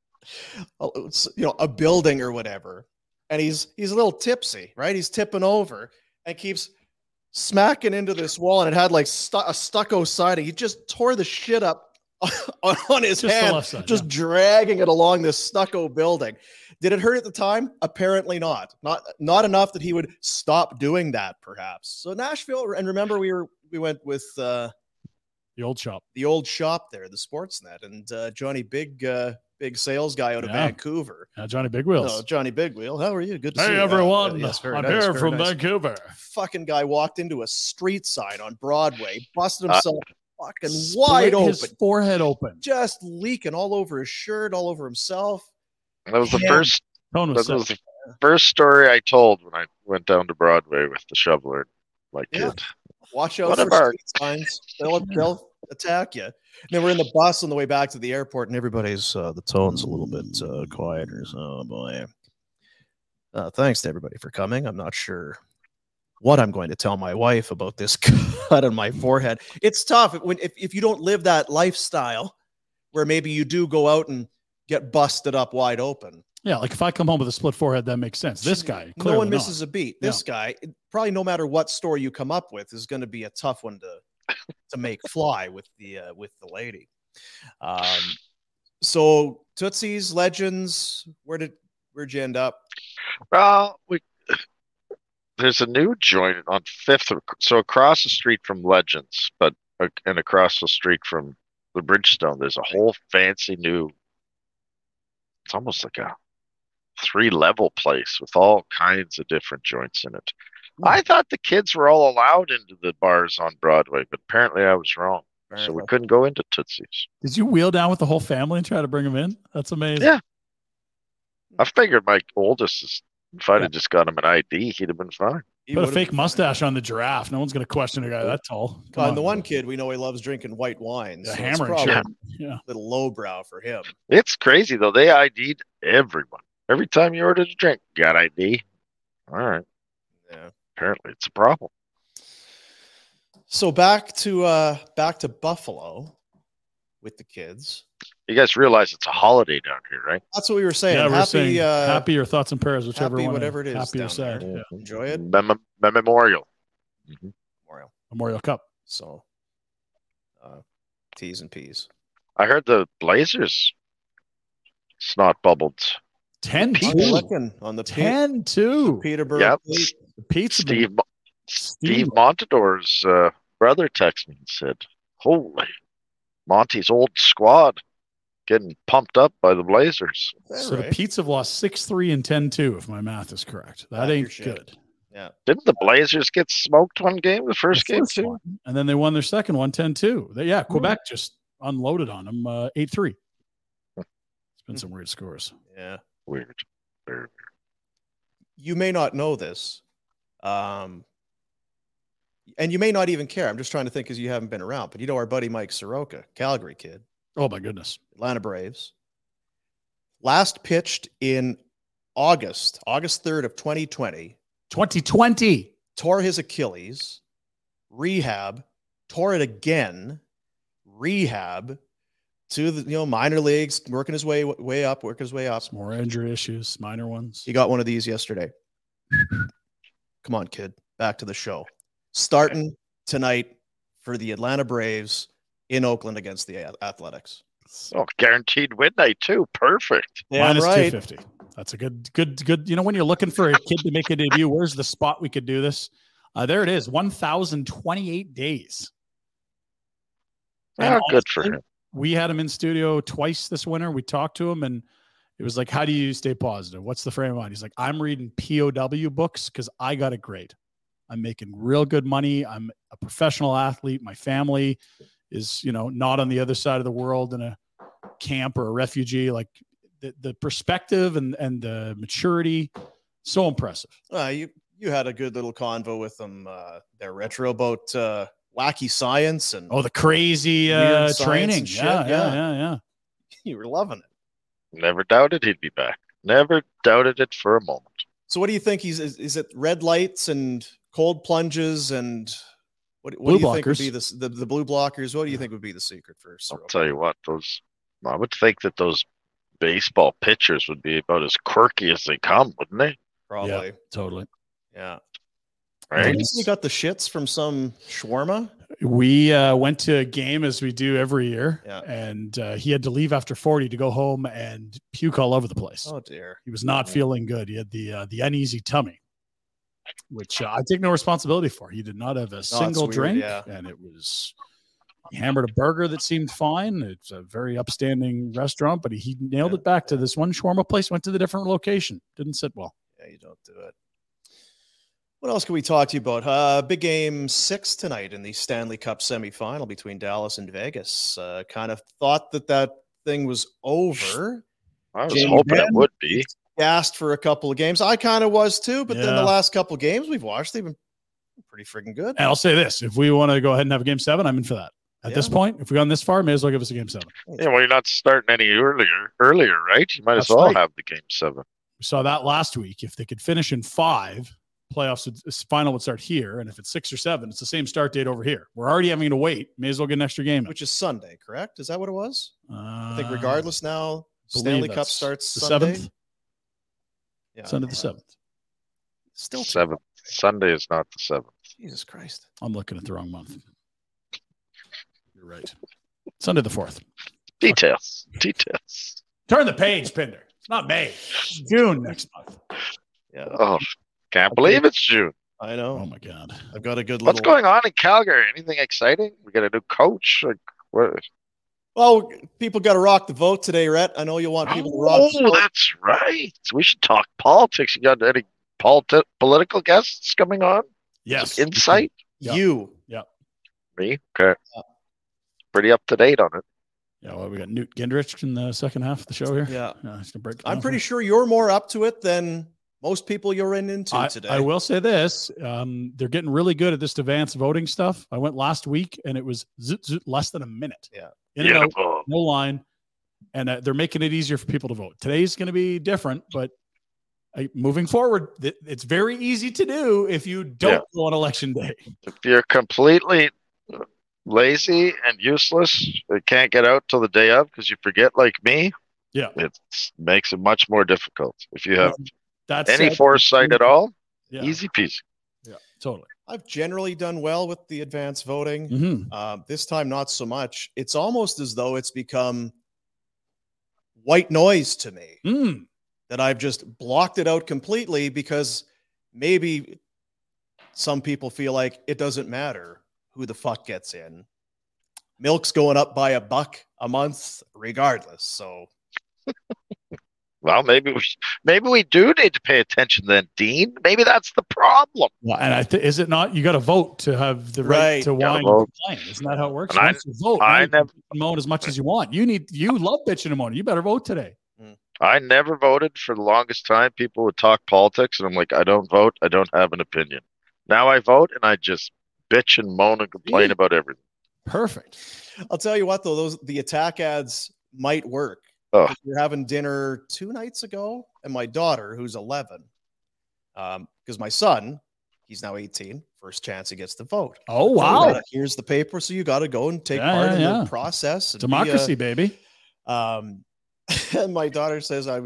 B: a- you know, a building or whatever, and he's he's a little tipsy, right? He's tipping over and keeps smacking into this wall, and it had like stu- a stucco siding. He just tore the shit up on, on his
C: Just the
B: hand
C: left side.
B: just dragging it along this stucco building. Did it hurt at the time? Apparently not. Not not enough that he would stop doing that, perhaps. So Nashville, and remember we were we went with uh,
C: yeah. the old shop.
B: the old shop there, the Sportsnet, and uh, Johnny Big uh, Big sales guy out of
C: Yeah.
B: Vancouver.
C: Uh, Johnny Big
B: Oh,
C: Wheels.
B: Johnny Big Wheel, how are you? Good to see
C: hey
B: you.
C: everyone,
B: Uh, yes, very
C: I'm
B: nice,
C: here
B: very
C: from
B: nice.
C: Vancouver.
B: Fucking guy walked into a street sign on Broadway, busted
D: Uh,
B: himself fucking
C: Split
B: wide open,
C: his forehead open.
B: just leaking all over his shirt, all over himself.
D: That was the
B: Yeah.
D: first.
C: Tone
D: That
C: was
D: was
C: set.
D: the, first story I told when I went down to Broadway with the shoveler, my
B: Yeah.
D: kid.
B: Watch out
D: What
B: for
D: about-
B: street signs. They'll, they'll attack you. And then we're in the bus on the way back to the airport, and everybody's uh, the tone's a little bit uh, quieter. So, oh boy. Uh, thanks to everybody for coming. I'm not sure what I'm going to tell my wife about this cut on my forehead. It's tough when if, if you don't live that lifestyle where maybe you do go out and get busted up wide open.
C: Yeah, like if I come home with a split forehead, that makes sense. This guy, clearly
B: no one
C: not.
B: misses a beat. This guy, probably no matter what store you come up with, is going to be a tough one to to make fly with the uh, with the lady. Um, so Tootsie's Legends, where did where'd you end up?
D: Well, we there's a new joint on Fifth, so across the street from Legends, but uh, and across the street from the Bridgestone, there's a whole fancy new. It's almost like a three-level place with all kinds of different joints in it. I thought the kids were all allowed into the bars on Broadway, but apparently I was wrong. So we couldn't go into Tootsie's.
C: Did you wheel down with the whole family and try to bring him in? That's amazing.
D: Yeah. I figured my oldest is. If I'd have just got him an ID, he'd have been fine.
B: He
C: Put a
B: would've
C: fake
B: been-
C: mustache on the giraffe. No one's going to question a guy that tall. Come
B: Well, and the one kid we know he loves drinking white wine.
C: The
B: so
C: hammer and
B: it's probably
C: shit.
B: a
C: Yeah.
B: little lowbrow for him.
D: It's crazy though. They ID'd everyone. Every time you ordered a drink, got ID. All right.
B: Yeah.
D: Apparently, it's a problem.
B: So back to uh back to Buffalo with the kids.
D: You guys realize it's a holiday down here, right?
B: That's what we were saying.
C: Yeah, we're
B: happy,
C: saying
B: uh,
C: happy or thoughts and prayers, whichever
B: happy
C: one.
B: whatever it is
C: Happy or
B: down
C: sad.
B: there.
C: Yeah.
B: enjoy it.
D: Mem- mem- memorial.
B: Memorial.
C: Memorial Cup.
B: So uh T's and P's.
D: I heard the Blazers snot bubbled.
C: 10
B: On the
C: 2.
B: Lickin', on the Pe-
C: 10 2.
B: Peterborough.
D: Yep.
B: Plate.
C: Pizza.
D: Steve Mo- Steve
C: Steve.
D: Montador's uh, brother texted me and said, "Holy, Monty's old squad getting pumped up by the Blazers."
B: Is
C: So
B: that
C: the
B: right?
C: Pizza have lost 6 3 and 10 2, if my math is correct. That
B: Pack your
C: ain't
B: shit.
C: good.
D: Didn't the Blazers get smoked one game, the first
C: The
D: game
C: first
D: too?
C: one. And then they won their second one 10 2. They, yeah, Quebec just unloaded on them uh, 8 3. It's been some weird scores.
B: Yeah.
D: Weird.
B: You may not know this. Um and you may not even care. I'm just trying to think because you haven't been around, but you know our buddy Mike Soroka, Calgary kid,
C: Oh, my goodness.
B: Atlanta Braves. Last pitched in August, August 3rd of 2020,
C: 2020.
B: tore his Achilles, rehab, tore it again, rehab to the you know minor leagues, working his way way up, working his way up.
C: It's more injury issues, minor ones.
B: He got one of these yesterday. Come on, kid. Back to the show. Starting tonight for the Atlanta Braves in Oakland against the Ath- Athletics.
D: Oh, guaranteed win night too. Perfect.
B: Yeah,
C: Minus
B: right.
C: 250. That's a good, good, good. You know, when you're looking for a kid to make a debut, where's the spot we could do this? Uh, there it is 1,028 days. And
D: Oh, good for
C: honestly,
D: him.
C: We had him in studio twice this winter. We talked to him and it was like, How do you stay positive? What's the frame of mind? He's like, I'm reading POW books because I got it great. I'm making real good money. I'm a professional athlete. My family is, you know, not on the other side of the world in a camp or a refugee. Like the, the perspective and, and the maturity, so impressive.
B: Uh, you you had a good little convo with them uh, there, retro about uh, wacky science and
C: Oh, the crazy
B: Weird
C: uh,
B: science
C: training.
B: and shit,
C: Yeah, yeah,
B: yeah.
C: yeah, yeah.
B: you were loving it.
D: Never doubted he'd be back. Never doubted it for a moment.
B: So what do you think he's is, is it red lights and cold plunges and what, what
C: Blue
B: do you think would
C: blockers. Mm-hmm. Oh,
B: be this the, the blue blockers? What do you think would be the secret for
D: I'll
B: Soroka?
D: tell you what, those I would think that those baseball pitchers would be about as quirky as they come, wouldn't they?
B: Probably.
C: Totally.
B: Yeah.
D: Right?
B: Didn't you say You got the shits from some shawarma.
C: We uh, went to a game as we do every year,
B: Yeah.
C: and uh, he had to leave after 40 to go home and puke all over the place.
B: Oh dear.
C: He was not feeling good. He had the uh, the uneasy tummy, which uh, I take no responsibility for. He did not have a single
B: weird,
C: drink,
B: yeah.
C: and it was he hammered a burger that seemed fine. It's a very upstanding restaurant, but he nailed
B: Yeah,
C: it back to this one shawarma place. Went to the different location, didn't sit well.
B: Yeah, you don't do it. What else can we talk to you about? Uh, big game six tonight in the Stanley Cup semifinal between Dallas and Vegas. Uh, kind of thought that that thing was over.
D: I was
B: James
D: hoping it
B: Van-
D: would be.
B: gassed for a couple of games. I kind of was too, but then the
C: Yeah.
B: last couple of games we've watched, they've been pretty freaking good.
C: And I'll say this: if we want to go ahead and have a game seven, I'm in for that. At this
B: Yeah.
C: point, if we've gone this far, may as well give us a game seven.
D: Yeah, well, you're not starting any earlier. Earlier, right? You might as
C: That's
D: well
C: right.
D: have the game seven.
C: We saw that last week. If they could finish in five, playoffs would, this final would start here, and if it's six or seven, it's the same start date over here. We're already having to wait. May as well get an extra game. in.
B: Which is Sunday, correct? Is that what it was?
C: Uh,
B: I think regardless now,
C: believe
B: Stanley Cup
C: that's
B: starts
C: the
B: Sunday.
C: seventh.
B: Yeah,
C: Sunday the seventh.
B: Still two-
D: Seventh. Sunday is not the seventh.
B: Jesus Christ.
C: I'm looking at the wrong month. You're right. Sunday the fourth.
D: Details. Details.
C: Turn the page, Pinder. It's not May. It's June next month.
B: Yeah,
D: Oh, can't believe it's June.
B: I
C: Oh
B: know.
C: my God.
B: I've got a good
D: What's
B: little.
D: going on in Calgary? Anything exciting? We got a new coach. Like, what?
B: Well, people got to rock the vote today, Rhett. I know you want people to rock. the
D: Oh,
B: vote.
D: that's right. We should talk politics. You got any politi- political guests coming on?
C: Yes.
D: Insight?
C: Yeah.
B: You.
D: Me? Okay.
B: Yeah.
D: Pretty up to date on it.
C: Yeah. Well, we got Newt Gendrich in the second half of the show here.
B: Yeah.
C: Yeah, he's gonna break it
B: I'm
C: down
B: pretty
C: for us.
B: sure you're more up to it than most people you're in into
C: I,
B: today.
C: I will say this: um, they're getting really good at this advanced voting stuff. I went last week, and it was zoot, zoot, less than a minute.
B: Yeah.
C: in and out,
D: Beautiful.
C: no line, and uh, they're making it easier for people to vote. Today's going to be different, but uh, moving forward, th- it's very easy to do if you don't
D: Yeah.
C: go on election day.
D: If you're completely lazy and useless, it can't get out till the day of because you forget, like me.
C: Yeah.
D: It makes it much more difficult. If you have
C: That's
D: any
C: it.
D: foresight at all,
C: Yeah,
D: easy peasy.
C: yeah, totally.
B: I've generally done well with the advanced voting.
C: hmm
B: Um, this time, not so much. It's almost as though it's become white noise to me
C: Mm.
B: that I've just blocked it out completely because maybe some people feel like it doesn't matter who the fuck gets in. Milk's going up by a buck a month, regardless. So
D: Well, maybe we maybe we do need to pay attention then, Dean. Maybe that's the problem.
C: Well, and I th- is it not? You got to vote to have the right,
B: Right.
C: to
D: Gotta
C: wine
D: vote.
C: and complain. Isn't that how it works?
D: And I-
C: Once you vote,
D: I
C: now you can
D: never-
C: moan as much as you want. You need you love bitching and moaning. You better vote today.
D: I never voted for the longest time. People would talk politics, and I'm like, I don't vote. I don't have an opinion. Now I vote, and I just bitch and moan and complain
C: See?
D: about everything.
C: Perfect.
B: I'll tell you what, though, those the attack ads might work.
D: Oh.
B: We were having dinner two nights ago, and my daughter, who's 11, because my son, he's now 18, first chance he gets to vote.
C: Oh
B: So we
C: wow,
B: gotta- here's the paper. So you got to go and take
C: Yeah,
B: part
C: yeah,
B: in
C: yeah.
B: the process. and be a-
C: democracy, baby.
B: um, and my daughter says, "I,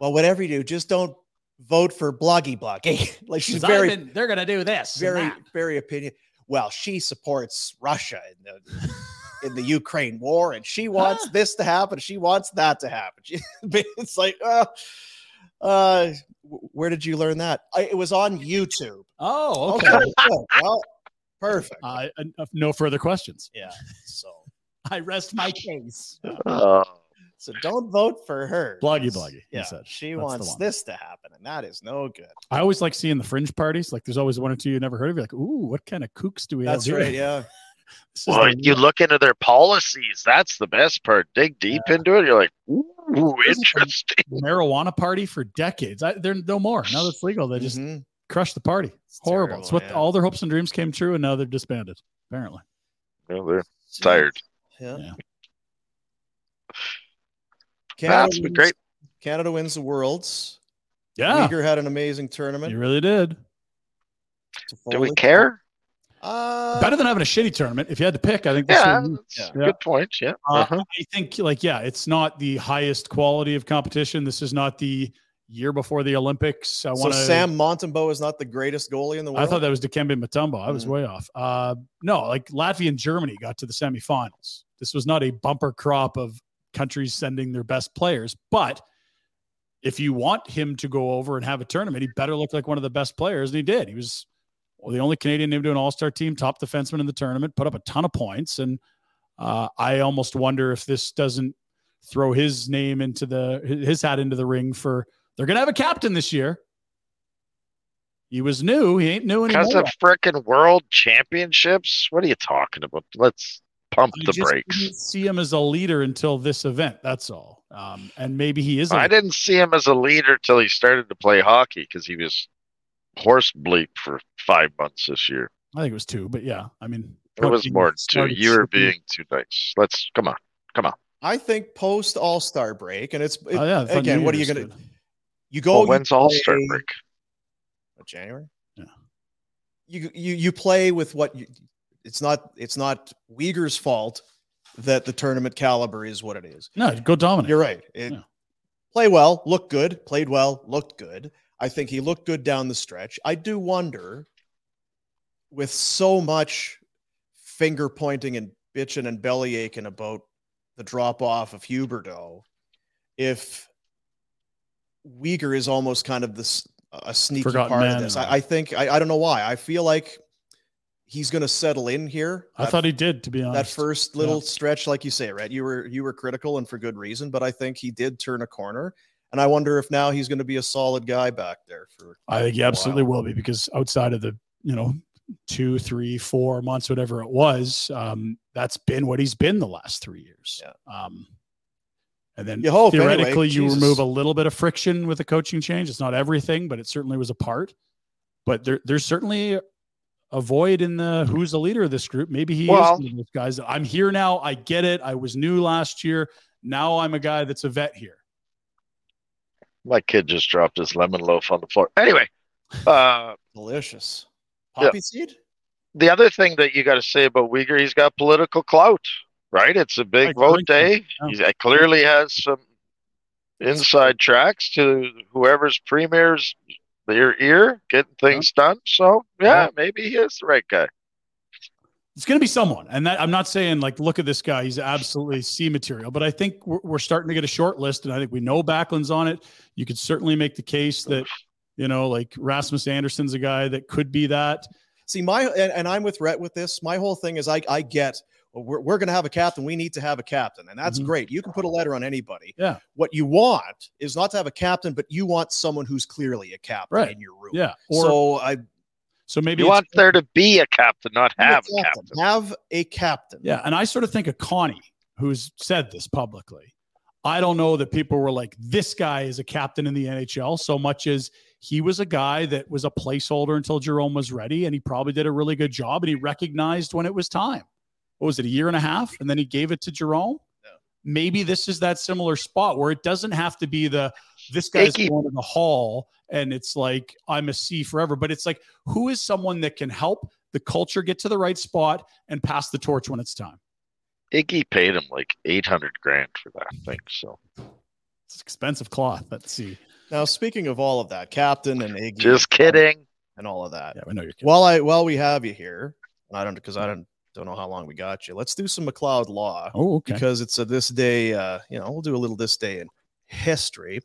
B: well, whatever you do, just don't vote for bloggy bloggy." like she's very,
C: they're gonna do this.
B: very, very opinion. Well, she supports Russia in the in the Ukraine war, and she wants
C: Huh?
B: this to happen. She wants that to happen. She- it's like, uh, uh, wh- where did you learn that? I, it was on YouTube.
C: Oh, okay.
B: good. well, perfect.
C: I- uh, no further questions.
B: yeah. So,
C: I rest my case.
D: Uh,
B: so don't vote for her.
C: Bloggy, bloggy, he
B: Yeah,
C: said.
B: she
C: That's the
B: wants
C: one.
B: this to happen, and that is no good.
C: I always like seeing the fringe parties. Like, there's always one or two you never heard of. You're like, ooh, what kind of kooks do we
B: That's
C: have?
B: right. Yeah.
D: well, you look into their policies. That's the best part. Dig deep into it. You're like, ooh,
C: There's a-
D: interesting.
C: marijuana party for decades. I, they're no more. Now that's legal. They just
B: Mhm.
C: crushed the party.
B: It's
C: Horrible.
B: terrible,
C: it's what
B: yeah.
C: all their hopes and dreams came true, and now they're disbanded. Apparently,
D: Well, they're tired.
B: Yeah.
C: Yeah.
B: Canada,
D: That's
B: wins,
D: great.
B: Canada wins the Worlds.
C: yeah,
B: Uyghur had an amazing tournament.
C: you really did.
D: Do we
B: Toffoli.
D: care?
B: Uh,
C: Better than having a shitty tournament. If you had to pick, I think. This
D: Yeah,
C: would be-
D: that's a
C: Yeah.
D: good point. Yeah. Uh-huh.
C: Uh, I think like yeah, it's not the highest quality of competition. This is not the year before the Olympics. I
B: so
C: want to.
B: Sam Montembeau is not the greatest goalie in the world.
C: I thought that was Dikembe Mutombo. I was
B: Mhm.
C: way off. Uh, no, like Latvia and Germany got to the semifinals. This was not a bumper crop of countries sending their best players, but if you want him to go over and have a tournament, he better look like one of the best players, and he did. He was well, the only Canadian named to an All-Star team, top defenseman in the tournament, put up a ton of points, and uh, I almost wonder if this doesn't throw his name into the his hat into the ring for they're gonna have a captain this year. He was new. He ain't new
D: Because
C: anymore.
D: of frickin' world championships? What are you talking about? Let's pump
C: I
D: the
C: just
D: brakes.
C: didn't see him as a leader until this event. That's all. Um, and maybe he is. a
D: I
C: leader.
D: didn't see him as a leader till he started to play hockey because he was horse bleep for five months this year.
C: I think it was two, but yeah. I mean,
D: It was
C: he
D: more than two.
C: started
D: You were
C: slipping.
D: being too nice. Let's come on, come on.
B: I think post All Star break, and it's it-
C: Oh, yeah, I thought
B: again.
C: New
B: What are you
C: Year's
B: gonna?
C: did.
B: You
D: Well,
B: go. you
D: when's All Star
B: play-
D: break?
B: January.
C: Yeah.
B: You you you play with what you. It's not it's not Uyghur's fault that the tournament caliber is what it is.
C: No, go dominate.
B: You're right. It,
C: Yeah.
B: Play well, looked good. Played well, looked good. I think he looked good down the stretch. I do wonder, with so much finger pointing and bitching and belly aching about the drop off of Huberto, if Uyghur is almost kind of this a sneaky
C: Forgotten
B: part of
C: man.
B: this. I, I think I, I don't know why. I feel like he's going to settle in here.
C: I
B: That
C: thought he did, to be honest.
B: that first little stretch, like you say, right? You were you were critical and for good reason, but I think he did turn a corner. And I wonder if now he's going to be a solid guy back there for.
C: I think he
B: a
C: absolutely
B: while.
C: will be because outside of the, you know, two, three, four months, whatever it was, um, that's been what he's been the last three years. Um, and then
B: You hope, anyway.
C: theoretically, you
B: Jesus.
C: remove a little bit of friction with a coaching change. It's not everything, but it certainly was a part. But there, there's certainly a void in the who's the leader of this group. Maybe he
D: Well-
C: is one of those guys. that, I'm here now. I get it. I was new last year. Now I'm a guy that's a vet here.
D: My kid just dropped his lemon loaf on the floor. Anyway, uh,
B: Delicious.
D: Yeah.
B: Poppy seed?
D: the other thing that you got to say about Uyghur, he's got political clout, right? It's a big
C: Like
D: vote
C: Clinton,
D: day.
C: yeah.
D: He's He clearly has some inside tracks to whoever's premier's their ear, getting things done. So yeah,
C: Yeah.
D: maybe he is the right guy.
C: it's going to be someone. And that, I'm not saying like, look at this guy; he's absolutely C material. But I think we're, we're starting to get a short list, and I think we know Backlund's on it. You could certainly make the case that you know, like Rasmus Anderson's a guy that could be that.
B: See, my and, and I'm with Rhett with this. My whole thing is I I get well, we're, we're going to have a captain. We need to have a captain, and that's
C: Mhm.
B: great. You can put a letter on anybody.
C: Yeah.
B: What you want is not to have a captain, but you want someone who's clearly a captain
C: Right.
B: in your room.
C: Yeah. Or so,
B: so I
C: maybe
D: You
C: it's-
D: want there to be a captain, not have a captain.
B: Have a captain.
C: Yeah, and I sort of think of Connie, who's said this publicly. I don't know that people were like, this guy is a captain in the NHL so much as he was a guy that was a placeholder until Jerome was ready, and he probably did a really good job, and he recognized when it was time. What was it, a year and a half? And then he gave it to Jerome? Maybe this is that similar spot where it doesn't have to be the this guy's
D: Icky.
C: going to the hall and it's like I'm a C forever, but it's like who is someone that can help the culture get to the right spot and pass the torch when it's time.
D: Iggy paid him like eight hundred grand for that thing. So
C: It's expensive cloth. Let's see.
B: Now, speaking of all of that, captain and Iggy,
D: just kidding.
B: and all of that.
C: Yeah, I know you're kidding.
B: While I while we have you here, and I don't because I don't don't know how long we got you. Let's do some McLeod Law
C: Oh, okay.
B: because it's a this day. Uh, you know, we'll do a little this day in history.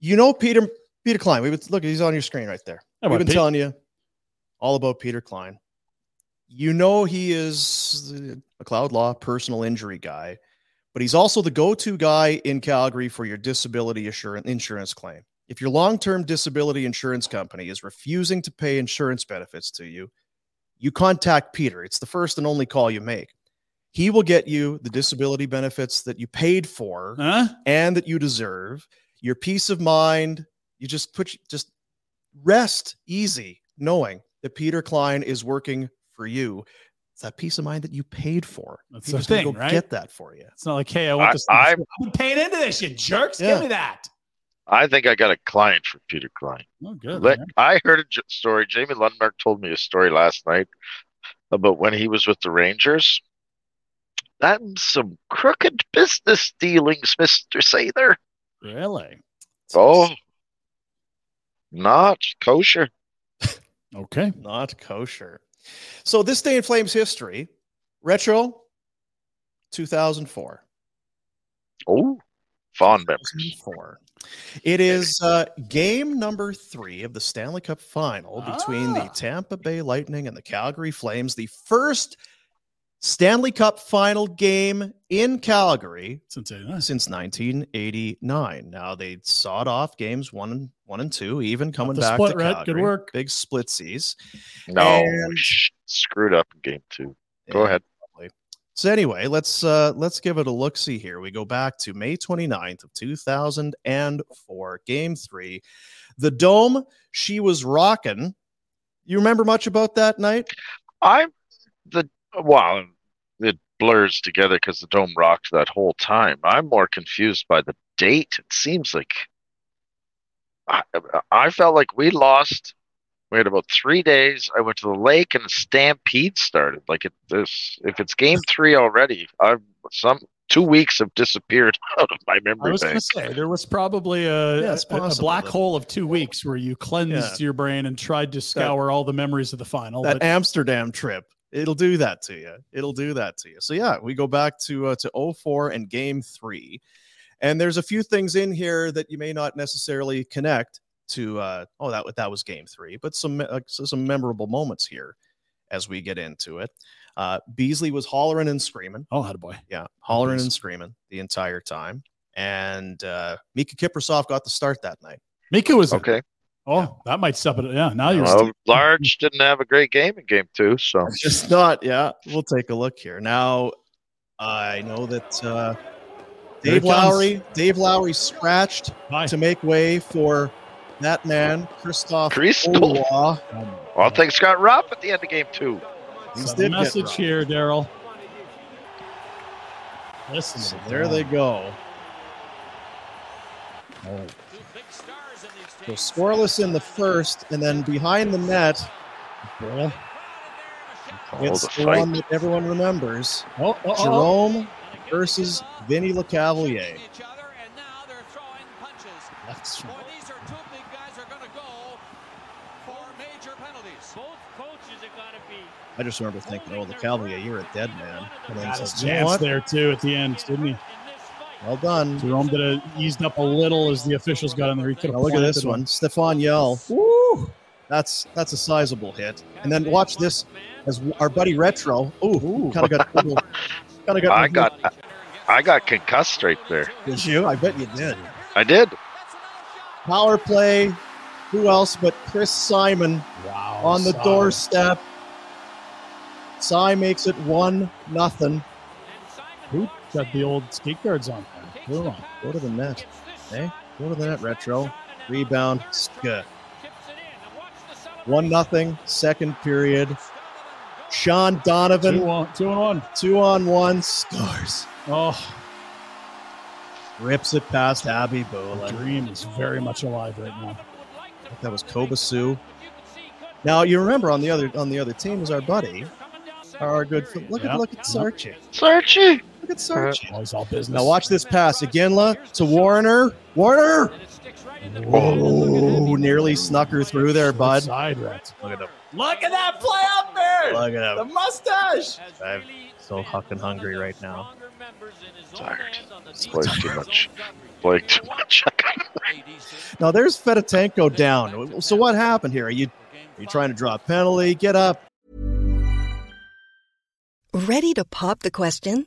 B: You know, Peter Peter Klein. We would look. He's on your screen right there.
C: How
B: We've
C: about
B: been
C: Pete?
B: telling you all about Peter Klein. You know he is the McLeod Law personal injury guy, but he's also the go-to guy in Calgary for your disability assurance insurance claim. If your long-term disability insurance company is refusing to pay insurance benefits to you, you contact Peter. It's the first and only call you make. He will get you the disability benefits that you paid for
C: Huh?
B: and that you deserve. Your peace of mind, you just put just rest easy knowing that Peter Klein is working for you. It's that peace of mind that you paid for.
C: That's
B: He
C: the
B: was gonna
C: thing, right?
B: Get that for you.
C: It's not like, hey, I want
D: I-
C: this. thing.
D: I'm-
C: I've been paying into this, you jerks.
B: Yeah.
C: Give me that.
D: I think I got a client for Peter Klein.
C: Oh, good.
D: Let-
C: man.
D: I heard a j- story. Jamie Lundmark told me a story last night about when he was with the Rangers. That's some crooked business dealings, Mister Sather.
C: Really?
D: Oh, not kosher.
C: Okay.
B: not kosher. So this day in Flames history, retro 2004.
D: Oh, fond memories.
B: 2004. It is uh, game number three of the Stanley Cup final between the
C: Ah.
B: Tampa Bay Lightning and the Calgary Flames. The first Stanley Cup final game in Calgary
C: Since I- nice.
B: since 1989. Now they sawed off games one and one and two, even coming
C: the
B: back
C: split,
B: to
C: Red.
B: Calgary.
C: Good work.
B: Big splitsies.
D: No,
B: And-
D: sh- screwed up in game two. Go ahead.
B: probably. So anyway, let's uh let's give it a look see here. We go back to May 29th of 2004, game 3. The Dome, she was rocking. You remember much about that night?
D: I'm the well, it blurs together because the dome rocked that whole time. I'm more confused by the date. It seems like I, I felt like we lost. We had about three days. I went to the lake and the stampede started. Like it, this, if it's game three already, I've some two weeks have disappeared out of my
C: I
D: memory
C: was going to
D: bank.
C: say there was probably a,
B: Yeah, it's
C: a- a
B: possible
C: black
B: that-
C: hole of two weeks where you cleansed your brain and tried to scour all the memories of the final.
B: that
C: but
B: Amsterdam trip. It'll do that to you. It'll do that to you. So yeah, we go back to uh, to 04 and game 3. And there's a few things in here that you may not necessarily connect to uh oh that wa- that was game 3, but some uh, so some memorable moments here as we get into it. Uh Beasley was hollering and screaming.
C: oh, had boy.
B: Yeah, hollering
C: Beasley.
B: and screaming the entire time. And uh Mika Kiprasov got the start that night.
C: Mika was okay.
D: Okay,
C: Oh, that might stop it. Yeah, now you're.
D: well, large didn't have a great game in game two, so
B: Just not, yeah. We'll take a look here. Now, I know that uh,
C: Here it
B: Dave
C: comes.
B: Lowry, Dave Lowry scratched
C: Bye.
B: to make way for that man, Christoph
D: Crystal.
B: Olaw.
D: Well, things got rough at the end of game two.
B: Things
C: So
B: did get
C: message
B: rough.
C: here, Daryl. Listen,
B: So there they go.
C: Oh.
B: So scoreless in the first, and then behind the net,
C: Daryl.
D: Oh,
B: it's
D: the
B: the
D: fight.
B: one that everyone remembers.
C: Oh, oh, oh,
B: Jerome versus Vinny LeCavalier.
C: Left side.
B: I just remember thinking, oh, LeCavalier, you're a dead man. And then he
C: Got his
B: says, you know
C: chance
B: what?
C: there too at the end, didn't he?
B: Well done.
C: Jerome did a, eased up a little as the officials got in there. He could have
B: Now Oh, look at this
C: planted
B: one, Stefan Yell. Woo! That's that's a sizable hit. And then watch this as our buddy Retro. Ooh, kind of got kind of got.
D: I got, I got concussed right there.
B: did you? I bet you did.
D: I did.
B: Power play. Who else but Chris Simon
C: Wow,
B: on the
C: Sai.
B: doorstep? Cy makes it one nothing.
C: Who got the old skate guards on? there? Who on?
B: Go to the net. Hey, go to the net, Retro. Rebound. Ska. One nothing. Second period. Sean Donovan.
C: Two on, two and one.
B: Two on one, scores.
C: Oh,
B: Rips it past Abby
C: the
B: Bolin.
C: dream is very much alive right now.
B: That was Kobasu. Now you remember on the other on the other team was our buddy, our good. fr- Look
C: Yeah.
B: at look at Sarchik.
D: Searchy.
B: Look at Sarchik.
C: Oh, he's all business.
B: Now watch this pass again La, to Warner. Warner. Oh, nearly snuck her through there,
C: Good
B: bud.
C: Side route.
B: Look at him.
E: Look at that play up there!
B: Look at him.
E: mustache!
B: I'm so fucking hungry right now.
D: Tired. Played too much. Played too much.
B: Now there's Fedotenko down. So what happened here? Are you are you trying to draw a penalty? Get up.
F: Ready to pop the question?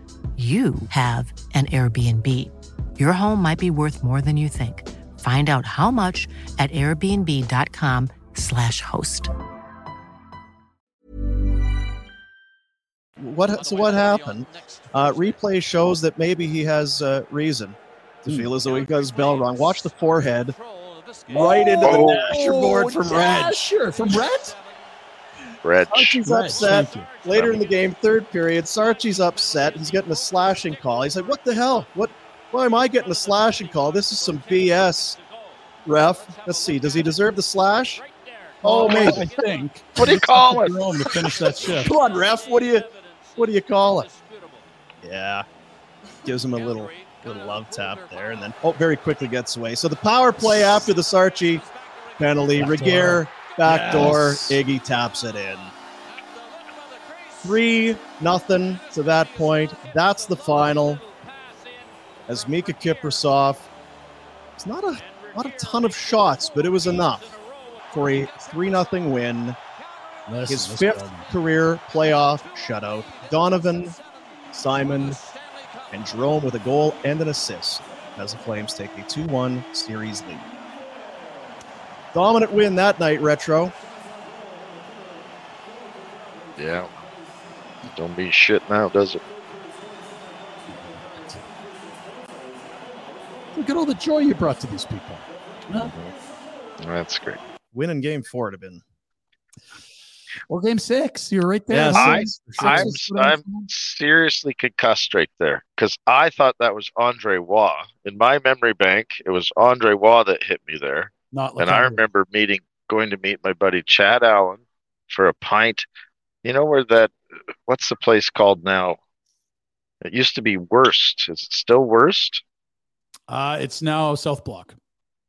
G: you have an Airbnb. Your home might be worth more than you think. Find out how much at airbnb.com/slash host.
B: What so what happened? Uh, replay shows that maybe he has uh, reason to feel as though he got his bell wrong. Watch the forehead right into
D: Oh.
B: the dashboard from Red.
E: Dasher from Brett.
D: Reg.
B: Sarchi's
C: Right,
B: Oh, upset.
C: thank
B: Later in the game, third period, Sarchi's upset. He's getting a slashing call. He's like, "What the hell? What? Why am I getting a slashing call? This is some BS." Ref, let's see. Does he deserve the slash? Oh man!
C: I think.
D: What do you call it?
C: Jerome to finish that shift.
B: Come on, ref. What do you, what do you call it? Yeah, gives him a little, little love tap there, and then oh, very quickly gets away. So the power play after the Sarchi penalty,
C: Backdoor.
B: Regier backdoor,
C: Yes.
B: Iggy taps it in. Three nothing to that point. That's the final. As Mika Kiprasov, it's not a not a ton of shots, but it was enough for a three nothing win his
C: Listen,
B: fifth career playoff shutout. Donovan, Simon, and Jerome with a goal and an assist as the Flames take a 2 1 series lead. Dominant win that night, Retro.
D: Yeah. Don't mean shit now, does it?
C: Look at all the joy you brought to these people.
D: That's great.
B: Win in game four would have been.
C: Or game six. You're right there.
B: Yeah,
D: I-
C: Six- six
D: I'm
C: is what
D: I'm seriously concussed right there because I thought that was Andre Waugh. In my memory bank, it was Andre Waugh that hit me there.
C: not
D: and
C: looking
D: I
C: good.
D: remember meeting, going to meet my buddy Chad Allen for a pint. You know where that? What's the place called now? It used to be Worst. Is it still Worst?
C: Uh, it's now South Block.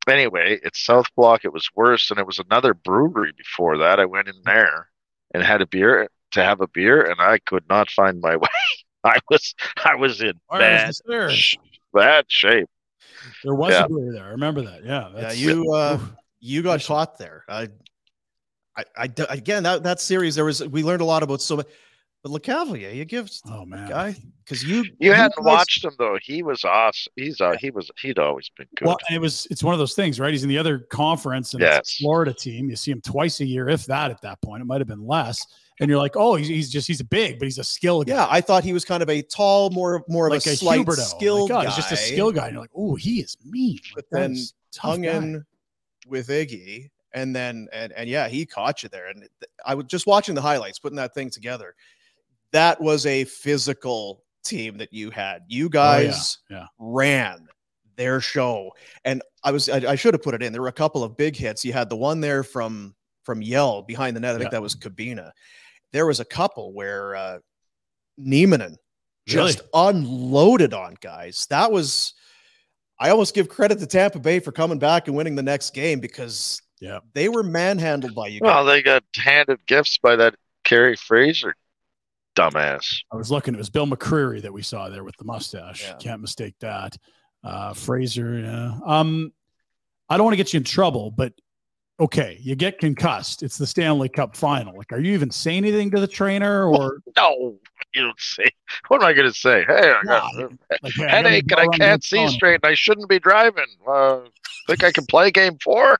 D: Anyway, it's South Block. It was Worst, and it was another brewery before that. I went in there and had a beer to have a beer, and I could not find my way. I was I was in bad
C: there?
D: sh- bad shape.
C: There was
D: Yeah.
C: a brewery there. I remember that. Yeah. that's-
B: yeah, you uh, you got caught there. I, I, I d- again that that series there was we learned a lot about so. much. But LeCavalier, you give
C: Oh man.
B: guy because you
D: You hadn't
B: guys-
D: watched him though. He was awesome. He's uh, he was he'd always been good.
C: Well, and it was it's one of those things, right? He's in the other conference and it's
D: Yes.
C: a Florida team. You see him twice a year, if that at that point. It might have been less. And you're like, oh, he's, he's just he's big, but he's a skill guy.
B: Yeah, I thought he was kind of a tall, more more of
C: like
B: a,
C: a,
B: slight
C: Huberto.
B: skill
C: Like, God,
B: guy.
C: He's just a skill guy. And you're like, oh, he is mean. Like,
B: But
C: that
B: then
C: is a tough
B: hung
C: guy.
B: in with Iggy, and then and and yeah, he caught you there. And th- I was just watching the highlights, putting that thing together. That was a physical team that you had. You guys
C: Oh, yeah.
B: ran their show, and I was I, I should have put it in. There were a couple of big hits. You had the one there from from Yell behind the net. I think
C: Yeah.
B: that was Cabina. There was a couple where uh Niemanen just unloaded on guys. That was I almost give credit to Tampa Bay for coming back and winning the next game because
C: Yeah.
B: they were manhandled by you guys.
D: Well, they got handed gifts by that Carrie Fraser dumbass.
C: I was looking. It was Bill McCreary that we saw there with the mustache.
B: Yeah.
C: Can't mistake that. Uh, Fraser. Yeah. Um, I don't want to get you in trouble, but okay, you get concussed. It's the Stanley Cup final. Like, are you even saying anything to the trainer or
D: No, you don't say. What am I going to say? Hey, I got
C: No,
D: a
C: like, hey, I gotta
D: headache and I
C: go on
D: can't
C: the
D: see
C: phone.
D: straight. And I shouldn't be driving. Uh, think I can play game four?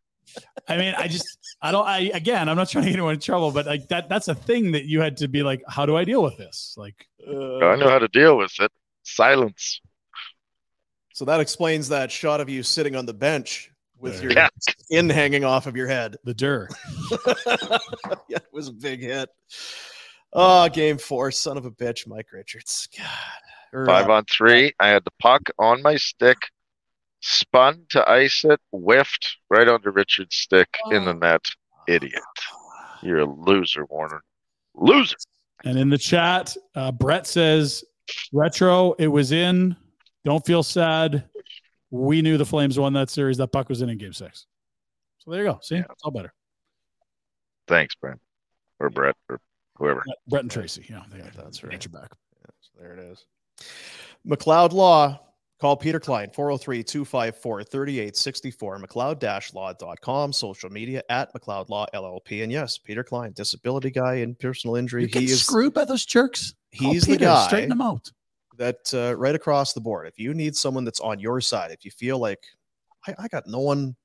C: I mean, I just, I don't. I again, I'm not trying to get anyone in trouble, but like that—that's a thing that you had to be like, how do I deal with this? Like, uh,
D: I know how to deal with it. Silence.
B: So that explains that shot of you sitting on the bench with
C: There.
B: your
D: Yeah.
B: skin hanging off of your head.
C: the dirt.
B: yeah, it was a big hit. Oh, game four, son of a bitch, Mike Richards. God. Or,
D: Five
B: uh,
D: on three. I had the puck on my stick, spun to ice it, whiffed right onto Richard's stick in the net. Idiot. You're a loser, Warner. Loser.
C: And in the chat, uh, Brett says, "Retro, it was in. Don't feel sad. We knew the Flames won that series. That puck was in in Game Six. So there you go. See,
D: Yeah.
C: it's all better.
D: Thanks, Brent. Or Brett or whoever.
C: Brett, Brett and Tracy. Yeah, they got
B: That's
C: that's
B: right.
C: right. Got your back.
B: there it is. McLeod Law. Call Peter Klein, 403 254 3864, McLeod law.com, social media at McLeod Law LLP. And yes, Peter Klein, disability guy and personal injury.
C: You get
B: He is
C: screwed by those jerks. Call
B: he's the
C: Peter,
B: guy.
C: Straighten them out.
B: that uh, right across the board. If you need someone that's on your side, if you feel like I, I got no one,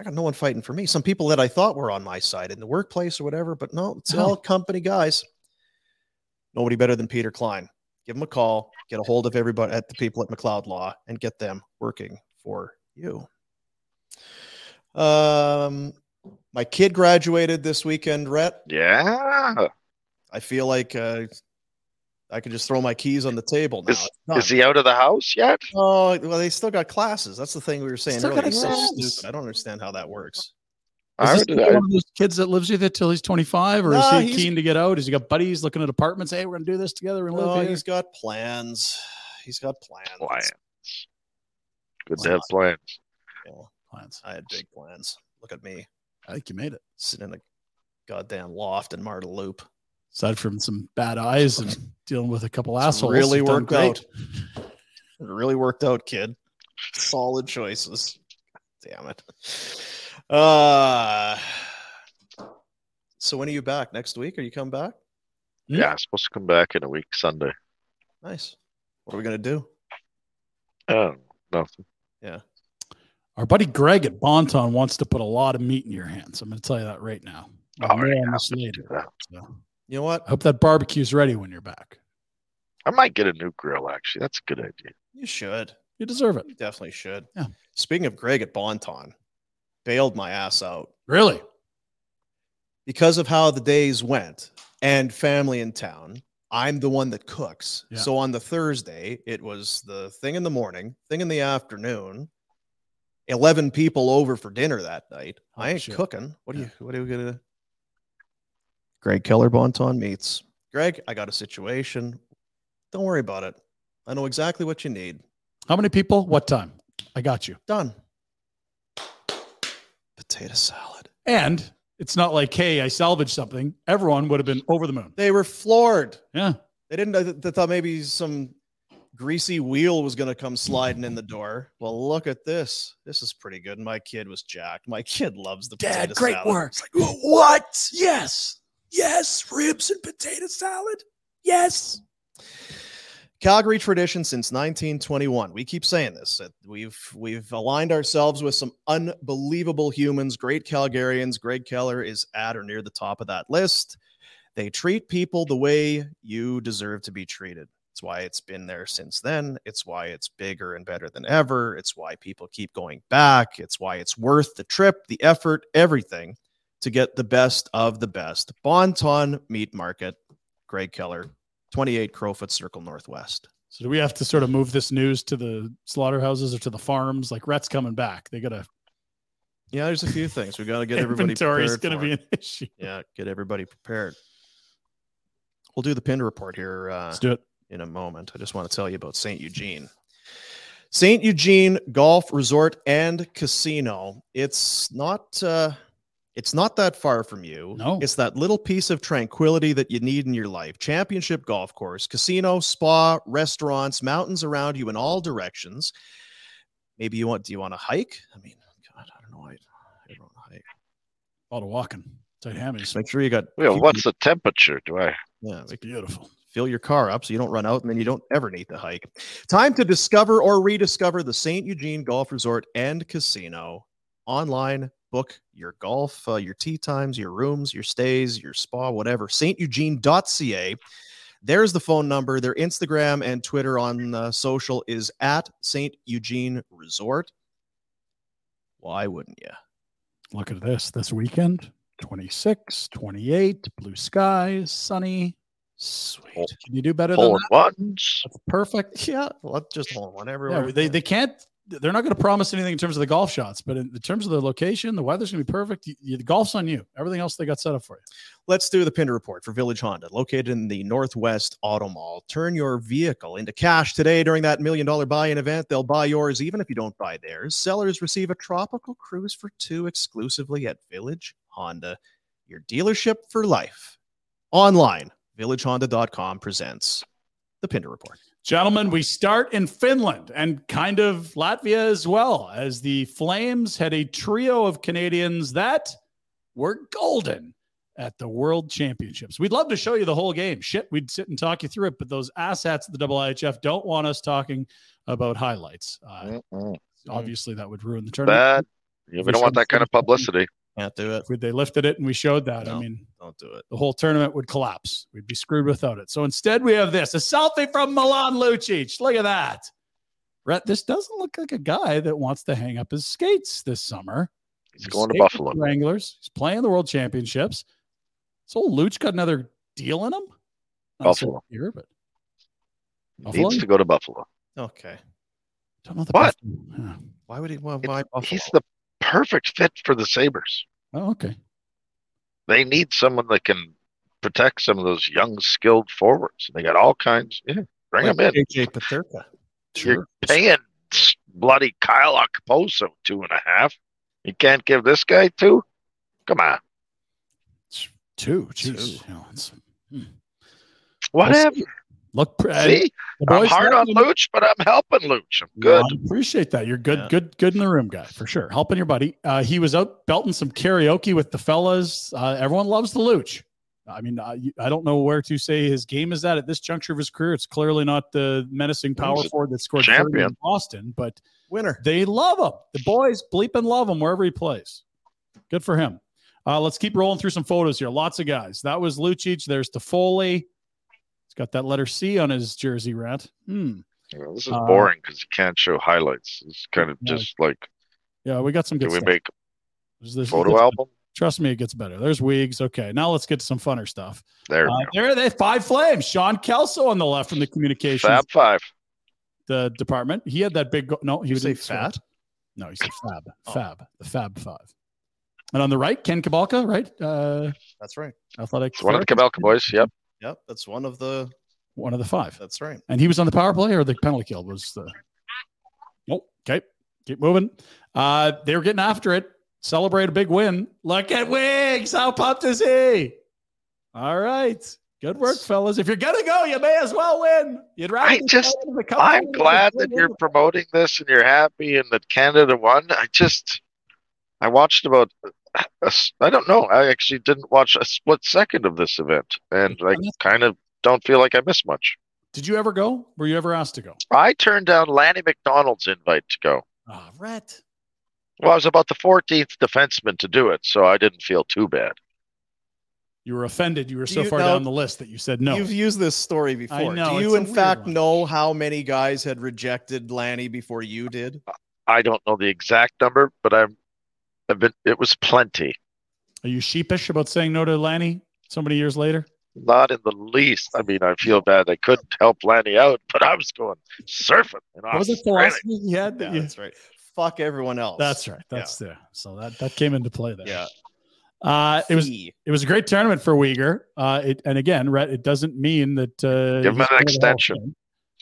B: I got no one fighting for me. Some people that I thought were on my side in the workplace or whatever, but no, it's all company guys. Nobody better than Peter Klein. Give him a call. Get a hold of everybody at the people at McLeod Law and get them working for you. Um, my kid graduated this weekend, Rhett.
D: Yeah.
B: I feel like uh, I could just throw my keys on the table now. It's done.
D: Is he out of the house yet?
B: Oh well, they still got classes. That's the thing we were saying
C: Still
B: earlier.
C: got
B: It's so
C: exams.
B: stupid. I don't understand how that works.
D: I
C: Is this
D: would-
C: one
D: I-
C: of those kids that lives with you till he's 25, or
B: Nah,
C: is he
B: he's-
C: keen to get out? Has he got buddies looking at apartments? Hey, we're gonna do this together and
B: No,
C: live here.
B: he's got plans. He's got plans.
D: Plans. Good to have plans.
B: Yeah,
C: Plans.
B: I had big plans. Look at me
C: I think you made it.
B: sitting in a goddamn loft in Marta Loop.
C: Aside from some bad eyes and dealing with a couple
B: It's
C: assholes,
B: really
C: you've done
B: worked out. It really worked out, kid. Solid choices. Damn it. Uh, so when are you back? Next week? Are you coming back?
C: Hmm?
D: Yeah, I'm supposed to come back in a week Sunday.
B: Nice. What are we gonna do?
D: Oh, nothing.
C: Our buddy Greg at Bonton wants to put a lot of meat in your hands. I'm going to tell you that right now.
D: All
C: More
D: right,
C: on
D: I'll
C: this
D: do
C: later.
D: that.
C: So,
B: You know what?
C: I hope that barbecue's ready when you're back.
D: I might get a new grill, actually. That's a good idea.
B: You should.
C: You deserve it.
B: You definitely should.
C: Yeah.
B: Speaking of Greg at Bonton, bailed my ass out
C: Really?
B: because of how the days went and family in town. I'm the one that cooks.
C: Yeah.
B: So on the Thursday, it was the thing in the morning, thing in the afternoon. Eleven people over for dinner that night. I
C: Oh,
B: ain't
C: shit.
B: cooking. What are
C: Yeah.
B: you? What are we gonna? Greg Keller Bonton meets Greg. I got a situation. Don't worry about it. I know exactly what you need.
C: How many people? What time? I got you.
B: Done. Potato salad.
C: And it's not like, hey, I salvaged something. Everyone would have been over the moon.
B: They were floored.
C: Yeah.
B: They didn't. They, they thought maybe some greasy wheel was going to come sliding in the door. Well, look at this. This is pretty good. My kid was jacked. My kid loves the potato salad.
C: It's like, "Whoa, what? Yes. Yes. Ribs and potato salad. Yes.
B: Calgary tradition since 1921. We keep saying this. that We've we've aligned ourselves with some unbelievable humans, great Calgarians. Greg Keller is at or near the top of that list. They treat people the way you deserve to be treated. It's why it's been there since then. It's why it's bigger and better than ever. It's why people keep going back. It's why it's worth the trip, the effort, everything to get the best of the best. Bonton Meat Market, Greg Keller, 28 Crowfoot Circle Northwest.
C: So do we have to sort of move this news to the slaughterhouses or to the farms? Like Rhett's coming back. They got to
B: Yeah, there's a few things we got to get everybody
C: inventory's
B: prepared.
C: going to
B: for.
C: be an issue.
B: yeah, get everybody prepared. We'll do the pin report here uh,
C: Let's do it.
B: in a moment. I just want to tell you about St. Eugene. St. Eugene Golf Resort and Casino. It's not uh it's not that far from you.
C: No.
B: It's that little piece of tranquility that you need in your life. Championship golf course, casino, spa, restaurants, mountains around you in all directions. Maybe you want do you want to hike? I mean, god, I don't know. I, I don't hike.
C: A lot of walking. Tight hammies.
B: Just make sure you got
D: Well,
B: keep-
D: what's the temperature? Do I?
B: yeah,
C: It's beautiful.
B: fill your car up so you don't run out and then you don't ever need to hike. Time to discover or rediscover the St. Eugene Golf Resort and Casino. Online, book your golf, uh, your tee times, your rooms, your stays, your spa, whatever. StEugene.ca. There's the phone number. Their Instagram and Twitter on uh, social is at St. Eugene Resort. Why wouldn't you?
C: Look at this. This weekend, 26, 28, blue skies, sunny.
B: Sweet.
C: Can you do better than
D: Hole in
C: that?
D: ones.
C: That's perfect.
B: Yeah, well, just hold on. Everywhere.
C: Yeah, they, they can't. They're not going to promise anything in terms of the golf shots, but in, in terms of the location, the weather's going to be perfect. You, you- the golf's on you. Everything else they got set up for you.
B: Let's do the pin report for Village Honda, located in the Northwest Auto Mall. Turn your vehicle into cash today during that million dollar buy in event. They'll buy yours even if you don't buy theirs. Sellers receive a tropical cruise for two exclusively at Village Honda, your dealership for life. Online, villagehonda.com presents the Pinder Report.
C: Gentlemen, we start in Finland and kind of Latvia as well, as the Flames had a trio of Canadians that were golden at the World Championships. We'd love to show you the whole game. Shit, we'd sit and talk you through it, but those asshats at the IIHF don't want us talking about highlights. Uh, obviously, that would ruin the tournament.
D: That yeah, we don't want that kind of publicity.
B: Can't do it.
C: If we- they lifted it and we showed that, I
B: No.
C: mean,
B: Don't do it.
C: the whole tournament would collapse. We'd be screwed without it. So instead, we have this a selfie from Milan Lucic. Look at that. Brett, this doesn't look like a guy that wants to hang up his skates this summer.
D: He's going to
C: skating with
D: Buffalo.
C: the Wranglers. He's playing the World Championships. This old Luch got another deal in him. Not so
D: Buffalo.
C: Here, but Buffalo?
D: Needs to go to Buffalo.
B: Okay.
C: don't know the
D: What?
C: Buffalo- huh.
B: Why would he want
D: It's-
B: my Buffalo?
D: He's the perfect fit for the Sabres.
C: Oh, okay.
D: They need someone that can protect some of those young, skilled forwards. They got all kinds. Yeah, bring them in.
B: AJ Paterka.
D: You're paying s- bloody Kyle Ocposo two and a half. You can't give this guy two? Come on.
C: It's two. Jeez. You know, it's- hmm. We'll see.
D: Whatever.
C: Look, pre-
D: See,
C: uh, the
D: I'm
C: boys
D: hard
C: love
D: on
C: him.
D: Luch, but I'm helping Luch. I'm
C: No,
D: good.
C: I appreciate that. You're good,
B: Yeah.
C: good, good in the room, guy, for sure. Helping your buddy. Uh, he was out belting some karaoke with the fellas. Uh, everyone loves the Luch. I mean, I, I don't know where to say his game is at at this juncture of his career. It's clearly not the menacing power
D: He's a
C: forward that scored 30 in
D: champion.
C: Boston, but
B: Winner.
C: they love him. The boys bleep and love him wherever he plays. Good for him. Uh, let's keep rolling through some photos here. Lots of guys. That was Lucic. There's Toffoli. He's got that letter C on his jersey, Rat. Hmm.
D: You know, this is
C: Uh,
D: boring because you can't show highlights. It's kind of
C: No,
D: just like,
C: Yeah, we got some good
D: can we
C: stuff.
D: make
C: There's-
D: a
C: there's-
D: photo
C: there's-
D: album?
C: Trust me, it gets better. There's Weegs. Okay, now let's get to some funner stuff.
D: There
C: Uh,
D: we go.
C: there they five flames. Sean Kelso on the left from the communications
D: Fab Five.
C: the department. He had that big. Go- no, he
B: You
C: was
B: say
C: in
B: fat?
C: No, he said fab.
B: Oh.
C: Fab. The Fab Five. And on the right, Ken Kabalka, right? Uh,
B: That's right.
C: athletic.
D: It's one of the Kabelka
C: therapist,
D: boys. Yep.
B: Yep. That's one of the.
C: One of the five.
B: That's right.
C: And he was on the power play or the penalty kill was the. Nope. Okay. Keep moving. Uh, they were getting after it. Celebrate a big win. Look at Wiggs. How pumped is he? All right. Good work, fellas. If you're gonna go, you may as well win. You'd rather
D: I
C: be
D: just-
C: playing in the cup
D: I'm
C: than
D: glad
C: win
D: that
C: the
D: you're
C: league.
D: promoting this and you're happy and that Canada won. I just, I watched about, I I don't know. I actually didn't watch a split second of this event and I kind of don't feel like I missed much.
C: Did you ever go? Were you ever asked to go?
D: I turned down Lanny McDonald's invite to go.
C: Ah, Rhett.
D: Well, I was about the 14th defenseman to do it, so I didn't feel too bad.
C: You were offended. You were so
B: You-
C: far
B: no.
C: down the list that you said no.
B: You've used this story before.
C: know,
B: Do
C: it's
B: you,
C: a
B: in
C: weird
B: fact,
C: one.
B: know how many guys had rejected Lanny before you did?
D: I don't know the exact number, but I'm, I've been, it was plenty.
C: Are you sheepish about saying no to Lanny so many years later?
D: Not in the least. I mean, I feel bad I couldn't help Lanny out, but I was going surfing. In
C: What was the
D: Australia.
C: philosophy you had?
B: Ah,
C: That
B: Yeah,
C: you-
B: that's right. Fuck everyone else.
C: That's right. That's there. So that that came into play there.
B: Yeah.
C: Uh, it was
B: Fee.
C: it was a great tournament for Uyghur. Uh, it, and again, Rhett, it doesn't mean that uh,
D: Give him an
C: he's part of the Hall of
D: extension.
C: Fame.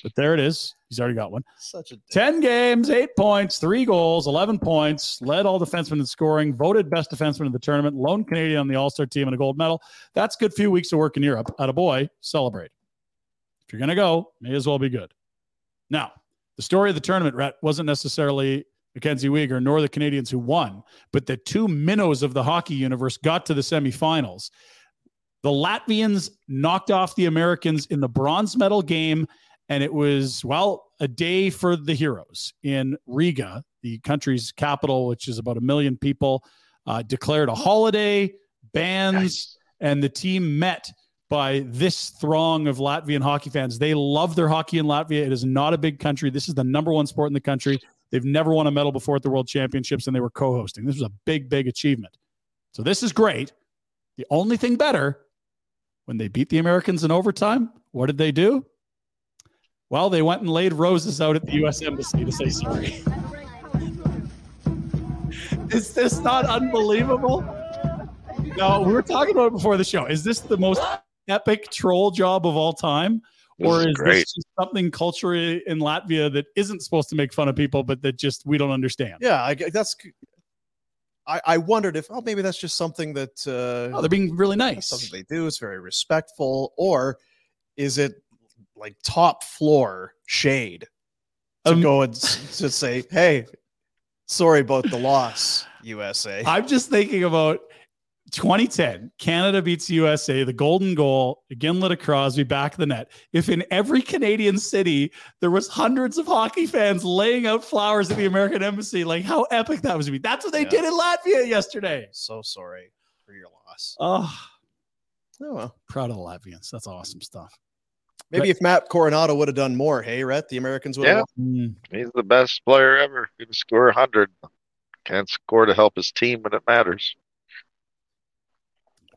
C: But there it is. He's already got one.
B: such a. dick.
C: 10 games, eight points, three goals, 11 points, led all defensemen in scoring, voted best defenseman of the tournament, lone Canadian on the All Star team, and a gold medal. That's a good few weeks of work in Europe. At a boy, celebrate. If you're going to go, may as well be good. Now, the story of the tournament, Rhett, wasn't necessarily Mackenzie Weegar nor the Canadians who won, but the two minnows of the hockey universe got to the semifinals. The Latvians knocked off the Americans in the bronze medal game and it was well a day for the heroes in riga the country's capital which is about a million people uh, declared a holiday bans and the team met by this throng of Latvian hockey fans. They love their hockey in Latvia. It is not a big country. This is the number one sport in the country. They've never won a medal before at the World Championships, and they were co hosting. This was a big, big achievement. So this is great. The only thing better, when they beat the Americans in overtime, what did they do? Well, they went and laid roses out at the U.S. Embassy to say sorry. is this not unbelievable? No, we were talking about it before the show. Is this the most epic troll job of all time?
D: This
C: or
D: is
C: is
D: great.
C: this just something culturally in Latvia that isn't supposed to make fun of people, but that just we don't understand?
B: Yeah, I, gu- that's. I, I wondered if, oh, maybe that's just something that. Uh,
C: Oh, they're being really
B: that's
C: nice.
B: something they do. It's very respectful. Or is it like top floor shade to
C: Um,
B: go and s- to say, hey, sorry about the loss, USA?
C: I'm just thinking about 2010, Canada beats USA, the golden goal, again, Litta Crosby back of the net. If in every Canadian city there was hundreds of hockey fans laying out flowers at the American embassy, like how epic that was to be. That's what they
B: Yeah.
C: did in Latvia yesterday.
B: So sorry for your loss.
C: Oh,
B: Oh well.
C: proud of the Latvians. That's awesome stuff.
B: Maybe if Matt Coronado would have done more, hey, Rhett, the Americans would have
D: Yeah.
C: Mm.
D: He's the best player ever. He can score 100. Can't score to help his team when it matters.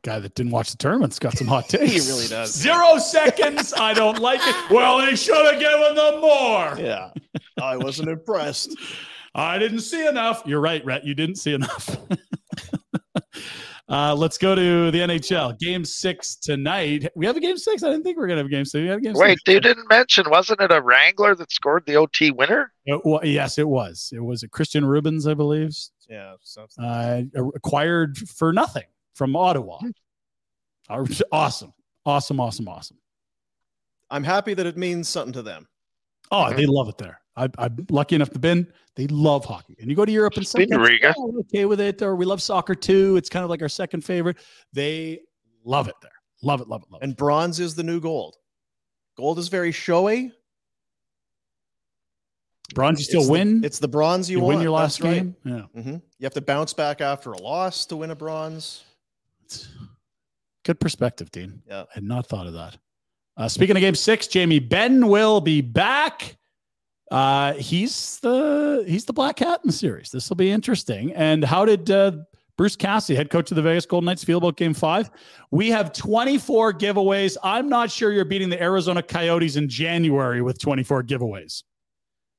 C: Guy that didn't watch the tournament's got some hot takes.
B: He really does.
C: Zero seconds. I don't like it. Well, they should have given them more.
B: won. Yeah. I wasn't impressed.
C: I didn't see enough. You're right, Rhett. You didn't see enough. uh, let's go to the NHL. Game six tonight. We have a game six. I didn't think we were going to have a game six. We have a game
D: Wait,
C: six.
D: you didn't mention, wasn't it a Wrangler that scored the OT winner?
C: It wa- Uh, yes, it was. It was a Christian Rubens, I believe,
B: Yeah. Something.
C: uh, acquired for nothing from Ottawa. Uh, Awesome. Awesome, awesome, awesome.
B: I'm happy that it means something to them.
C: Oh,
D: Mm-hmm.
C: they love it there. I, I'm lucky enough to been. They love hockey, and you go to Europe and
D: Been to
C: sometimes
D: Riga.
C: oh, we're okay with it, or we love soccer too. It's kind of like our second favorite. They love it there. Love it, love it, love it.
B: And bronze is the new gold. Gold is very showy.
C: Bronze, you still
B: It's the-
C: win.
B: it's the bronze you,
C: you win
B: want.
C: your last
B: That's right.
C: game. Yeah,
B: Mhm. You have to bounce back after a loss to win a bronze.
C: It's- good perspective, Dean.
B: Yeah.
C: I had not thought of that. Uh, speaking of game six, Jamie Ben will be back. Uh, he's the he's the black hat in the series. This will be interesting. And how did uh, Bruce Cassie, head coach of the Vegas Golden Knights, feel about Game Five? We have 24 giveaways. I'm not sure you're beating the Arizona Coyotes in January with 24 giveaways.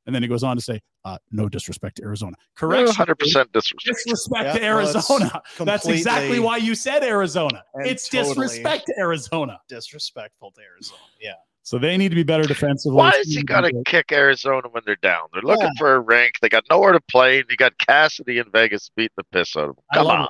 C: And then he goes on to say, uh, "No disrespect to Arizona. Correct.
D: Oh, 100% disrespect.
C: Disrespect
B: Yeah,
C: to
B: no, it's
C: Arizona. That's exactly
B: completely-
C: why you said Arizona.
B: And
C: It's
B: totally.
C: disrespect to Arizona.
B: Disrespectful to Arizona. Yeah.
C: So they need to be better defensively.
D: Why has he got to kick Arizona when they're down? They're looking for a rank. They got nowhere to play. And you got Cassidy in Vegas beating the piss out of them.
C: I
D: Come
C: love
D: on.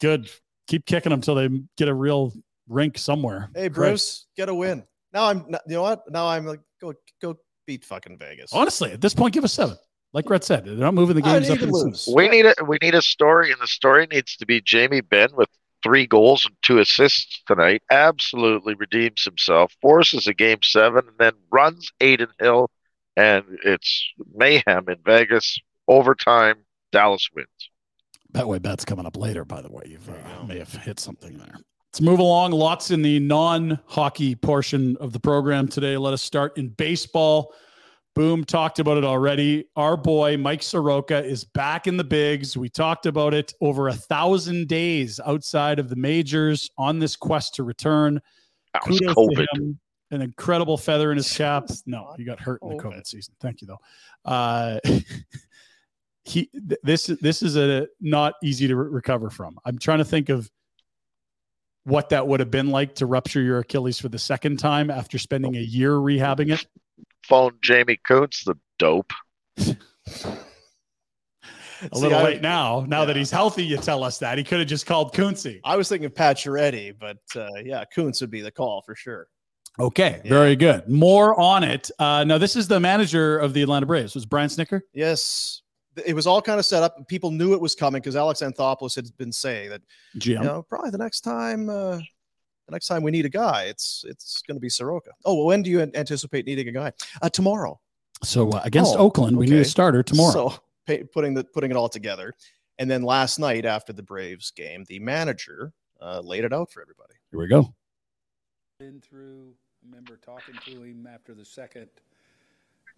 C: Good. Keep kicking them until they get a real rink somewhere.
B: Hey,
C: Correct.
B: Bruce, get a win. Now I'm, not, you know what? Now I'm like, go, go beat fucking Vegas.
C: Honestly, at this point, give us seven. Like Red said, they're not moving the
B: I
C: games
B: need
C: up.
B: to
C: in the
B: lose.
C: season.
D: We need a we need a story, and the story needs to be Jamie Ben with three goals and two assists tonight. Absolutely redeems himself, forces a game seven, and then runs Aiden Hill, and it's mayhem in Vegas. Overtime, Dallas wins.
C: Betway bet's coming up later, by the way. You uh, may have hit something there. Let's move along. Lots in the non hockey portion of the program today. Let us start in baseball. Boom talked about it already. Our boy Mike Soroka is back in the bigs. We talked about it over a thousand days outside of the majors on this quest to return.
D: That was
C: Kudos
D: COVID.
C: to him. An incredible feather in his cap. No, he got hurt in the
B: COVID.
C: COVID season. Thank you though. Uh, he th- this this is a not easy to re- recover from. I'm trying to think of what that would have been like to rupture your Achilles for the second time after spending a year rehabbing it.
D: Phone Jamie Coots, the dope.
C: A
B: See,
C: little
B: I-
C: late now. Now that
B: yeah.
C: he's healthy, you tell us that he could have just called Coonsey.
B: I was thinking of Pacioretty, but uh, yeah, Koontz would be the call for sure.
C: Okay,
B: Yeah.
C: very good. More on it. Uh, now this is the manager of the Atlanta Braves. Was Brian Snicker?
B: Yes. Th- It was all kind of set up. People knew it was coming because Alex Anthopoulos had been saying that,
C: GM.
B: you know, probably the next time, uh, the next time we need a guy, it's it's going to be Soroka. Oh, well, when do you an- anticipate needing a guy? Uh, tomorrow.
C: So uh, against
B: Oh,
C: Oakland, we need a
B: okay.
C: starter tomorrow.
B: So pa- putting the putting it all together, and then last night after the Braves game, the manager uh, laid it out for everybody.
C: Here we go.
H: been through. I remember talking to him after the second,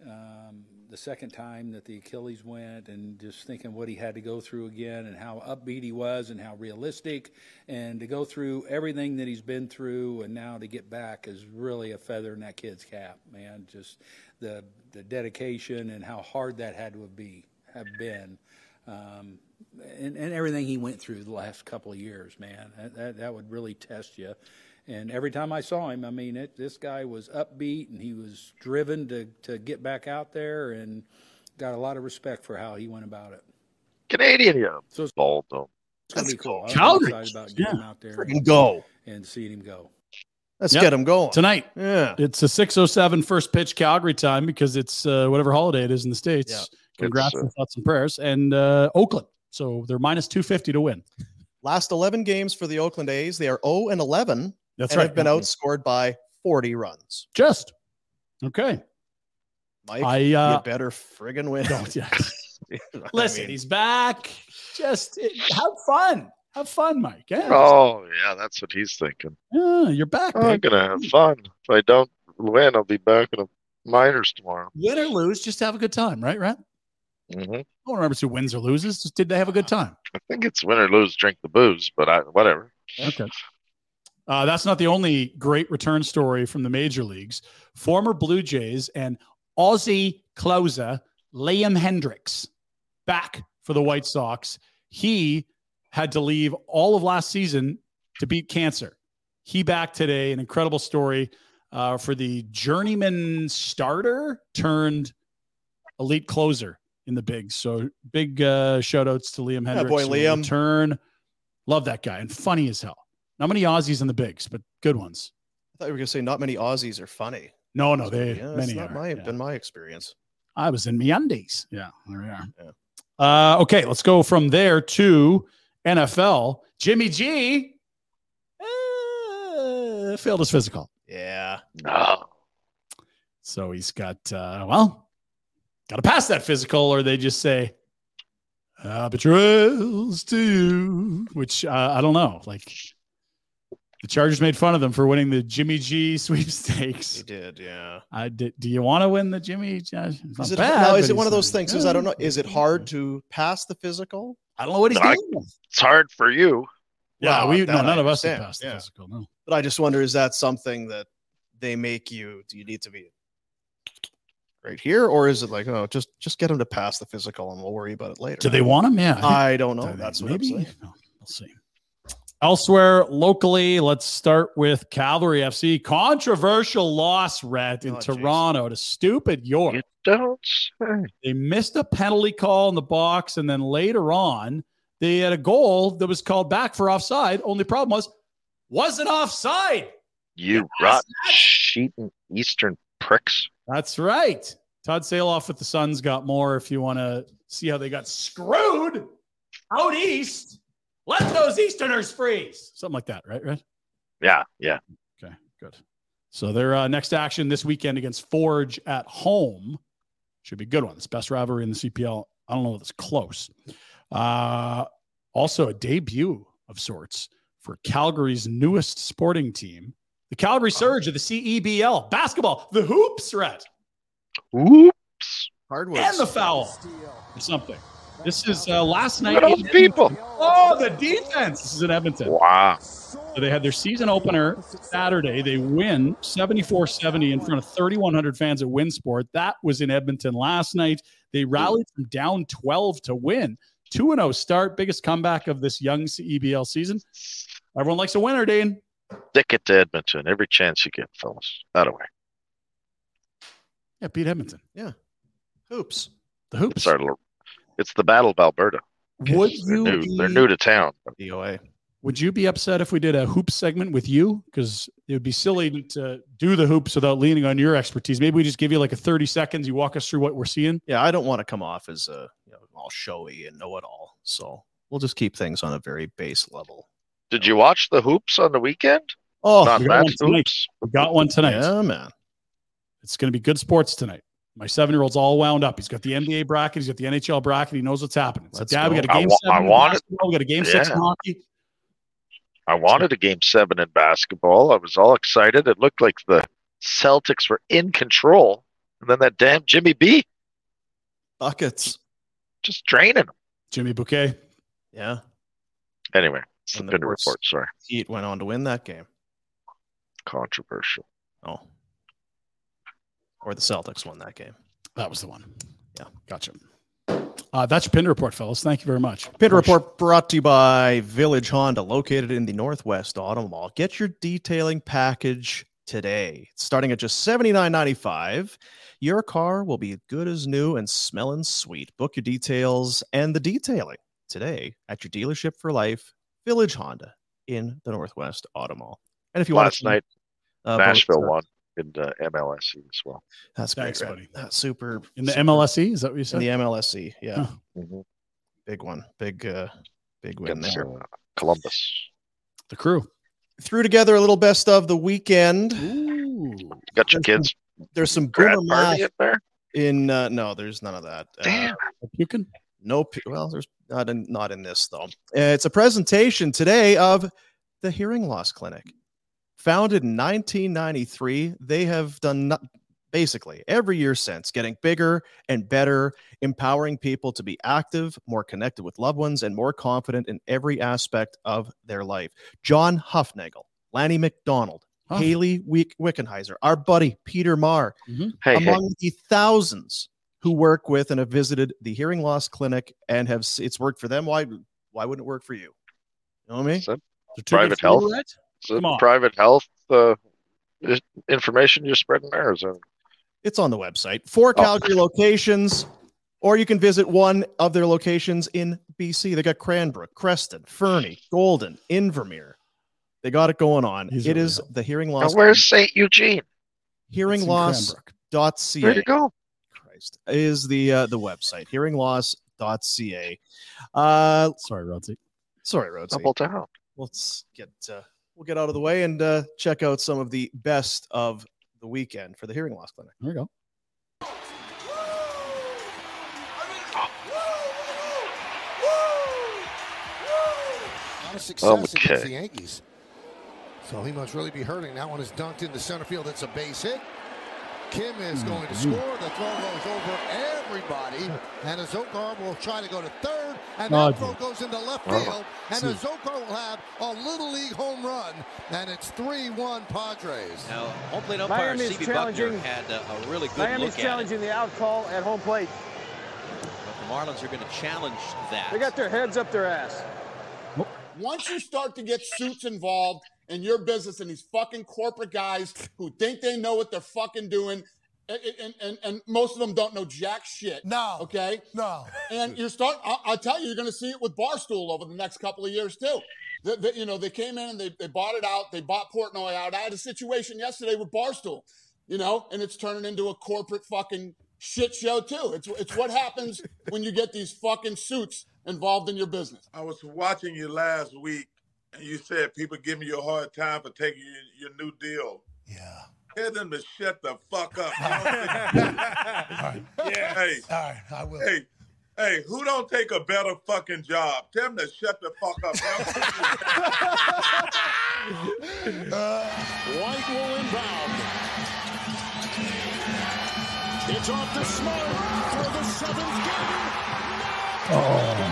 H: um, the second time that the Achilles went, and just thinking what he had to go through again, and how upbeat he was, and how realistic, and to go through everything that he's been through, and now to get back is really a feather in that kid's cap, man. Just the the dedication and how hard that had to be have been. Um, and, and everything he went through the last couple of years, man, that, that, that would really test you. And every time I saw him, I mean, it, this guy was upbeat and he was driven to, to get back out there and got a lot of respect for how he went about it.
D: Canadian, yeah.
H: So it's
D: Bald though.
H: going to be cool.
C: That's
H: I'm really
C: Calgary.
H: excited about getting him out there
B: Freaking
H: and,
B: go.
H: and seeing him go.
B: Let's
C: Yep.
B: get him going.
C: Tonight,
B: Yeah.
C: it's a 6.07 first pitch Calgary time because it's uh, whatever holiday it is in the States.
B: Yeah.
C: Congrats
D: It's, uh,
C: and thoughts and prayers. And uh, Oakland. So they're minus 250 to win.
B: Last 11 games for the Oakland A's, they are 0 and 11.
C: That's
B: and
C: right.
B: Have been outscored by 40 runs.
C: Just okay.
B: Mike,
C: I, uh,
B: you better friggin' win.
C: Don't, yeah.
B: I
C: Listen,
B: mean,
C: he's back. Just it, have fun. Have fun, Mike. Yeah.
D: Oh yeah, that's what he's thinking.
C: Yeah, you're back.
B: Oh,
D: I'm
C: baby.
D: gonna have fun. If I don't win, I'll be back in a minors tomorrow.
C: Win or lose, just have a good time, right? Right.
B: Mm-hmm.
D: hmm
C: I don't remember who wins or loses. Just did they have a
B: Uh,
C: good time?
D: I think it's win or lose, drink the booze, but I, whatever.
C: Okay. Uh, that's not the only great return story from the major leagues. Former Blue Jays and Aussie closer Liam Hendricks back for the White Sox. He had to leave all of last season to beat cancer. He back today, an incredible story uh, for the journeyman starter turned elite closer in the bigs. So big uh, shout outs to Liam Hendricks.
B: boy,
C: who will
B: Liam.
C: Return. Love that guy and funny as hell. Not many Aussies in the bigs, but good ones.
B: I thought you were gonna say not many Aussies are funny.
C: No, no, they
B: yeah, that's
C: many.
B: not
C: are.
B: my
C: Yeah.
B: been my experience.
C: I was in Meundies. Yeah, there we are. Uh, okay, let's go from there to NFL. Jimmy G uh, failed his physical.
B: Yeah.
D: No.
C: So he's got, uh, well, got to pass that physical, or they just say, uh, betrayals to you, which uh, I don't know. Like the Chargers made fun of them for winning the Jimmy G sweepstakes.
B: He did, yeah.
C: I did, do you want to win the Jimmy? G? It's not
B: Is it,
C: bad,
B: now,
C: but
B: is it
C: he's
B: one of those
C: like,
B: things? Is I don't know. Is it hard to pass the physical?
C: I don't know what he's
D: I-
C: doing.
D: It's hard for you.
C: Yeah,
B: Well,
C: we
B: that
C: no,
B: I
C: none of us have
B: understand,
C: passed the
B: yeah.
C: physical. No,
B: But I just wonder is that something that they make you do you need to be right here or is it like oh just just get them to pass the physical and we'll worry about it later.
C: do they want him? Yeah,
B: I don't know.
C: think
B: That's what I'm
C: maybe.
B: saying.
C: No, we'll see. Elsewhere, locally, let's start with Calgary FC. Controversial loss, Red, in
B: Oh, jeez.
C: Toronto to stupid York.
D: You don't say.
C: They missed a penalty call in the box, and then later on, they had a goal that was called back for offside. Only problem was, wasn't offside.
D: You rotten, cheating Eastern pricks.
C: That's right. Todd Sailoff with the Suns got more. If you want to see how they got screwed out east, let those Easterners freeze. Something like that, right? Right.
D: Yeah, yeah.
C: Okay. Good. So their uh, next action this weekend against Forge at home should be a good one. It's best rivalry in the CPL. I don't know if it's close. Uh, also, a debut of sorts for Calgary's newest sporting team, the Calgary Surge of the CEBL basketball, the hoops, Rhett
D: Oops.
B: Hardwood.
C: and the foul or something. This is uh, last night.
D: Look at all the people.
C: Oh, the defense. This is in Edmonton.
D: Wow.
C: So they had their season opener Saturday. They win 74 70 in front of 3,100 fans at Winsport. That was in Edmonton last night. They rallied from down 12 to win. 2 0 start, biggest comeback of this young CEBL season. Everyone likes a winner, Dean.
D: Stick it to Edmonton every chance you get, fellas. Out of way.
C: Yeah, beat Edmonton.
B: Hoops.
C: The hoops.
D: It's our. little- It's the Battle of Alberta.
C: Would
D: They're
C: you
D: new. They're
C: be-
D: new to town.
B: DOA.
C: Would you be upset if we did a hoop segment with you? Because it would be silly to do the hoops without leaning on your expertise. Maybe we just give you like a 30 seconds. You walk us through what we're seeing.
B: Yeah, I don't want to come off as a you know, all showy and know it all. So we'll just keep things on a very base level.
D: Did you watch the hoops on the weekend?
B: Oh,
D: Not
C: we got
D: that
C: one tonight.
D: hoops.
C: We got one tonight.
B: yeah, man.
C: It's going to be good sports tonight. My seven year old's all wound up. He's got the NBA bracket. He's got the NHL bracket. He knows what's happening. So,
B: Let's
C: Dad, we
B: go.
C: got a
D: I
C: game
D: wa-
C: seven.
D: I
C: in
D: want it.
C: basketball. We got a game six in
D: Yeah.
C: hockey.
D: I wanted a game seven in basketball. I was all excited. It looked like the Celtics were in control. And then that damn Jimmy B
B: Buckets.
D: just draining them.
C: Jimmy Bouquet.
B: Yeah.
D: Anyway, it's
B: And
D: the
B: of
D: good
B: course-
D: report. Sorry.
B: Heat went on to win that game.
D: Controversial.
B: Oh. Or the Celtics won that game.
C: That was the one.
B: Yeah.
C: Gotcha. Uh, that's your pin report, fellas. Thank you very much.
B: Pit report brought to you by Village Honda, located in the Northwest Auto Mall. Get your detailing package today. Starting at just $79.95, your car will be good as new and smelling sweet. Book your details and the detailing today at your dealership for life, Village Honda in the Northwest Auto Mall. And if you want
D: Last
B: to
D: night,
B: Uh,
D: Nashville won in uh, the MLSE as well.
B: That's great,
C: Thanks,
B: Red.
C: buddy.
B: That's super
C: In the
B: super-
C: MLSE, E? is that what you said?
B: E. in the MLSC. Yeah,
C: Huh.
D: Mhm.
B: big one, big, uh, big win
D: Against,
B: there.
D: uh, Columbus.
C: The crew
B: threw together a little best of the weekend.
D: Got your kids.
B: There's some
D: Grad
B: boomer
D: party
B: math
D: in there?
B: in uh, no, there's none of that.
D: Damn.
C: Uh, puking.
B: No, pu- well, there's not in not in this though. Uh, It's a presentation today of the Hearing Loss Clinic, founded in 1993. They have done not, basically every year since, getting bigger and better, empowering people to be active, more connected with loved ones, and more confident in every aspect of their life. John Huffnagel, Lanny McDonald.
C: Huff.
B: Haley Wick- Wickenheiser, our buddy Peter Marr,
D: Hey, hey.
B: among the thousands who work with and have visited the hearing loss clinic and have s- it's worked for them. Why why wouldn't it work for you? You know what I mean?
D: Is that
C: The two
D: private
C: good for
D: health?
C: you, Rhett?
D: Is it
C: Come on.
D: private health uh, is- information you're spreading there? Is it?
B: It's on the website. Four
D: Oh.
B: Calgary locations, or you can visit one of their locations in BC. They got Cranbrook, Creston, Fernie, Golden, Invermere. They got it going on.
C: These
B: it
C: really
B: is
C: help.
B: the hearing
D: Now,
B: loss
D: where's St. Eugene?
C: It's
B: hearing
C: in
B: loss
C: Cranbrook.
B: dot
D: Where'd
B: ca.
D: it go?
B: Christ is the uh, the website hearingloss.ca. Uh,
C: Sorry, Rodsy.
B: sorry, Rhodes.
D: Double down.
B: let's get uh, we'll get out of the way and uh, check out some of the best of the weekend for the hearing loss clinic.
C: There we go.
I: lot of success
D: Oh, Okay.
I: against the Yankees. So he must really be hurting. That one is dunked into center field. It's a base hit. Kim
C: Mm-hmm.
I: is going to score. The throw goes over everybody. And Azokar will try to go to third. And
C: Oh,
I: that throw
C: dear.
I: goes into left
D: Wow.
I: field. And Azokar will have a Little League home run. And it's 3-1 Padres.
J: Now, home plate umpire
E: Miami's
J: CB Buckner
E: challenging-
J: had a, a really good
E: Miami's
J: look at it.
E: challenging the out call at home plate.
J: But the Marlins are going to challenge that.
E: They got their heads up their ass.
K: Once you start to get suits involved in your business and these fucking corporate guys who think they know what they're fucking doing, and, and, and, and most of them don't know jack shit.
I: No.
K: Okay?
I: No.
K: And you start, I, I tell you, you're going to see it with Barstool over the next couple of years, too. The, the- you know, they came in and they, they bought it out. They bought Portnoy out. I had a situation yesterday with Barstool, you know, and it's turning into a corporate fucking shit show, too. It's, it's what happens when you get these fucking suits involved in your business.
L: I was watching you last week, and you said people giving you a hard time for taking your, your new deal.
I: Yeah.
L: Tell them to shut the fuck up. I
I: All right.
L: don't think- Hey,
I: All right. I will.
L: hey, hey, who don't take a better fucking job? Tell them to shut the fuck up.
K: White will inbound. It's off to Smart for the seventh game. Oh.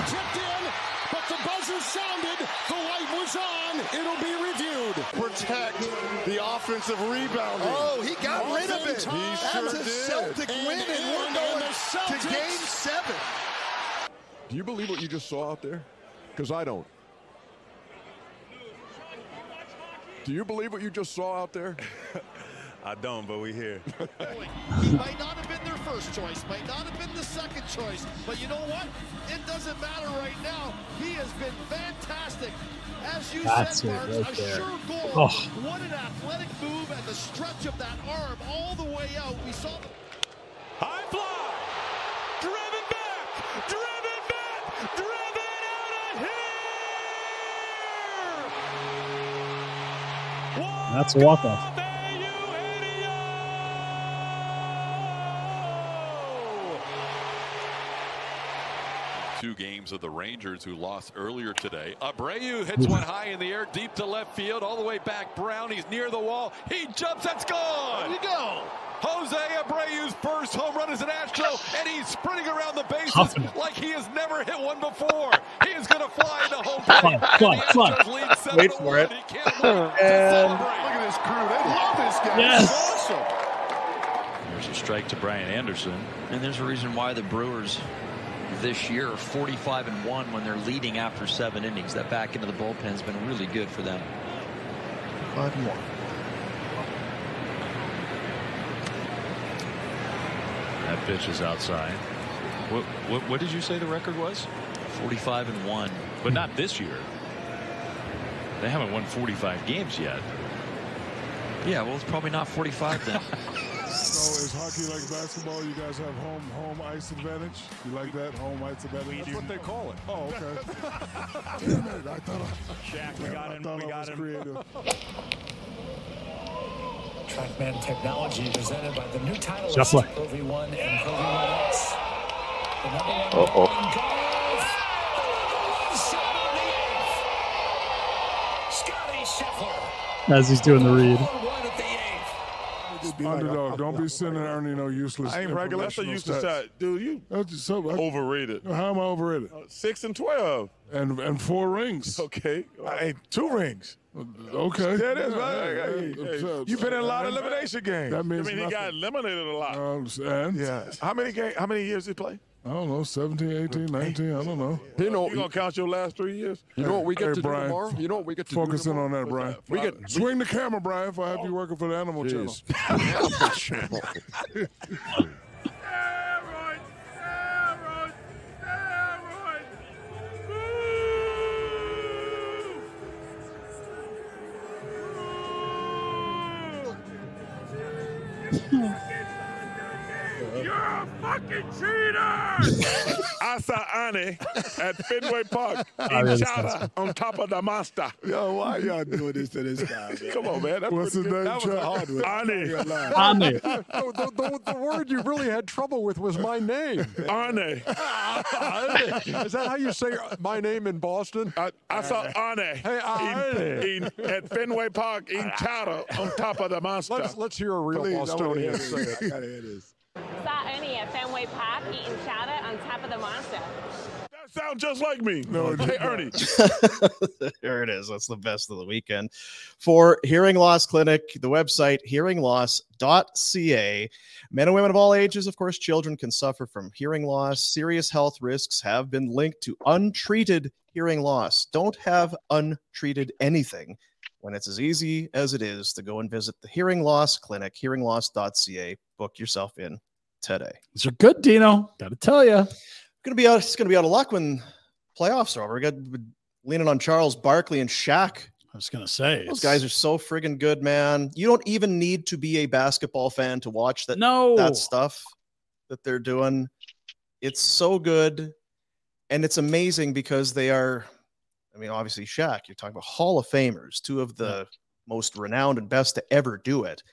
K: Tipped in, but the buzzer sounded. The light was on. It'll be reviewed.
I: Protect
K: the offensive rebound.
I: Oh, he got
K: Off
I: rid of
K: in
I: it.
K: time.
I: That's
K: Sure
I: a
K: did.
I: Celtic
K: And
I: win, and
K: in
I: we're going
K: the
I: to
K: Celtics.
I: game seven.
M: Do you believe what you just saw out there? Because I don't. Do you believe what you just saw out there? I don't, but we here.
I: He might not have been their first choice, might not have been the second choice, but you know what? It doesn't matter right now. He has been fantastic. As you
C: That's it
I: said, Marks,
C: right
I: a
C: there.
I: sure goal.
C: Oh.
I: What an athletic move and the stretch of that arm all the way out. We saw the
M: High fly! Driven back! Driven back! Driven out of here!
C: That's a walk off.
N: Two games of the Rangers who lost earlier today. Abreu hits one high in the air, deep to left field, all the way back. Brown, he's near the wall. He jumps, that's gone.
I: There you go.
N: Jose Abreu's first home run as an Astro, and he's sprinting around the bases
C: Huffing.
N: like he has never hit one before. he is going to fly into home plate.
C: Fly,
N: and the
C: fly,
N: Astros lead seven
B: Wait
N: to
B: for
N: one.
B: it.
N: He can't wait to
B: And-
N: celebrate.
I: Look at this crew. They love this guy.
C: Yes.
I: It's awesome.
J: There's a strike to Brian Anderson. And there's a reason why the Brewers this year are 45 and 1 when they're leading after seven innings. That back into the bullpen's been really good for them.
B: Five more.
N: That pitch is outside. What, what, what did you say the record was?
J: 45 and 1.
N: But not this year. They haven't won 45 games yet.
J: Yeah, well, it's probably not 45 then.
O: is hockey like basketball? You guys have home home ice advantage. You like that home ice advantage?
M: That's what they call it.
O: Oh, okay.
M: Damn it, I thought Shaq, we got
O: I
M: him.
O: thought
M: We
O: I
M: got
O: was
M: him.
O: creative.
P: TrackMan technology presented by the new title
C: Shuffler.
P: One and Pro V1 X. The number one
C: Uh-oh.
P: Scotty Scheffler.
C: As he's doing the read.
O: Underdog, don't be sending Ernie no useless.
Q: I ain't regular. That's a
O: informational
Q: useless
O: stats.
Q: shot. Dude, you
O: That's just so, I-
Q: overrated. Uh,
O: How am I overrated?
Q: Six and 12.
O: And and four rings.
Q: Okay. I ain't two rings.
O: Okay.
Q: Yeah, that's
O: Yeah,
Q: right.
O: yeah,
Q: Hey,
O: yeah,
Q: hey,
O: so-
Q: You've been in a lot of
O: that-
Q: elimination games.
O: that means
Q: I mean, he got
O: nothing.
Q: eliminated a lot.
O: Yeah.
Q: How many games? How many years he play?
O: I don't know, 17, 18, 19, I don't know.
Q: You know, you gonna count your last three years?
O: You know what we get to do tomorrow? You
Q: know what we get
O: Focus in on that, Brian.
Q: We Oh. get-
O: swing the camera, Brian. If I have you working for the Animal
Q: Jeez.
O: Channel.
Q: You're a fucking cheater! I saw Annie at Fenway Park
O: I
Q: in
O: really
Q: China on top of the master. Yo, why y'all doing this to this guy? Come on, man. That
O: What's
Q: was
O: his name,
Q: That was a
O: Chuck?
Q: hard one. Annie.
C: Annie.
R: No, the, the, the word you really had trouble with was my name.
Q: Annie.
R: Is that how you say my name in Boston?
Q: I, Uh, I saw Annie
R: Hey, Arnie.
Q: in, in, at Fenway Park in China on top of the master.
R: Let's, let's hear a real
Q: Please, I wanna
R: Bostonian
Q: hear
R: say
Q: this.
R: it.
S: Saw Ernie at Fenway Park eating chowder on top of the monster.
Q: That sound just like me. No, hey, Ernie.
B: there it is. That's the best of the weekend. For Hearing Loss Clinic, the website hearingloss.ca. Men and women of all ages, of course, children can suffer from hearing loss. Serious health risks have been linked to untreated hearing loss. Don't have untreated anything when it's as easy as it is to go and visit the Hearing Loss Clinic, hearingloss.ca. Book yourself in today.
C: These are good, Dino. Got to tell you.
B: Gonna be out. It's gonna be out of luck when playoffs are over. We got leaning on Charles Barkley and Shaq.
C: I was gonna say
B: those guys are so friggin' good, man. You don't even need to be a basketball fan to watch that.
C: No,
B: that stuff that they're doing, it's so good, and it's amazing because they are. I mean, obviously Shaq. You're talking about Hall of Famers, two of the most renowned and best to ever do it,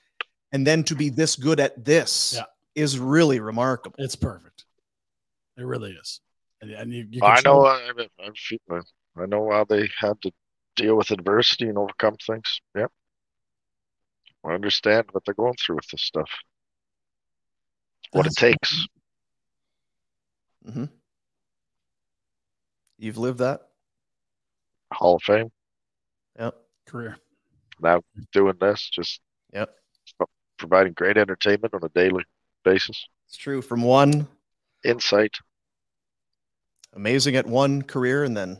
B: and then to be this good at this
C: Yeah.
B: is really remarkable.
C: It's perfect. It really is. And, and you, you
D: I
C: can
D: know.
C: show-
D: I, I'm- I'm fe- I know how they had to deal with adversity and overcome things. Yep. I understand what they're going through with this stuff. What it takes.
B: Mm-hmm. You've lived that.
D: Hall of Fame.
B: Yep.
C: Career.
D: Now doing this, just
B: yep,
D: providing great entertainment on a daily basis.
B: It's true. From one
D: insight,
B: amazing at one career, and then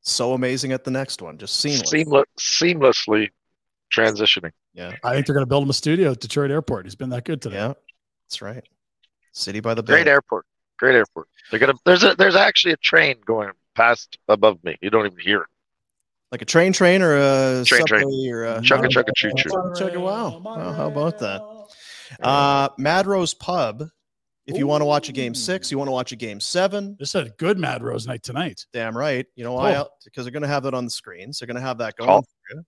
B: so amazing at the next one. Just seamless.
D: seamless, seamlessly transitioning.
B: Yeah.
C: I think they're gonna build him a studio at Detroit Airport. He's been that good today.
B: Yeah, that's right. City by the Bay.
D: Great airport. Great airport. They're gonna. There's a. There's actually a train going past above me. You don't even hear it.
B: like a train train or a
D: Train
B: subway
D: train.
B: or a
D: Chugga chugga choo choo.
B: Chugga, wow. Wow, how about that? Uh, Mad Rose Pub. If you want to watch a game six, you want to watch a game seven.
C: This is a good Mad Rose night tonight.
B: Damn right. You know why?
C: Oh.
B: Because they're going to have that on the screens. They're going to have that going.
D: Call.
B: for you. Oh,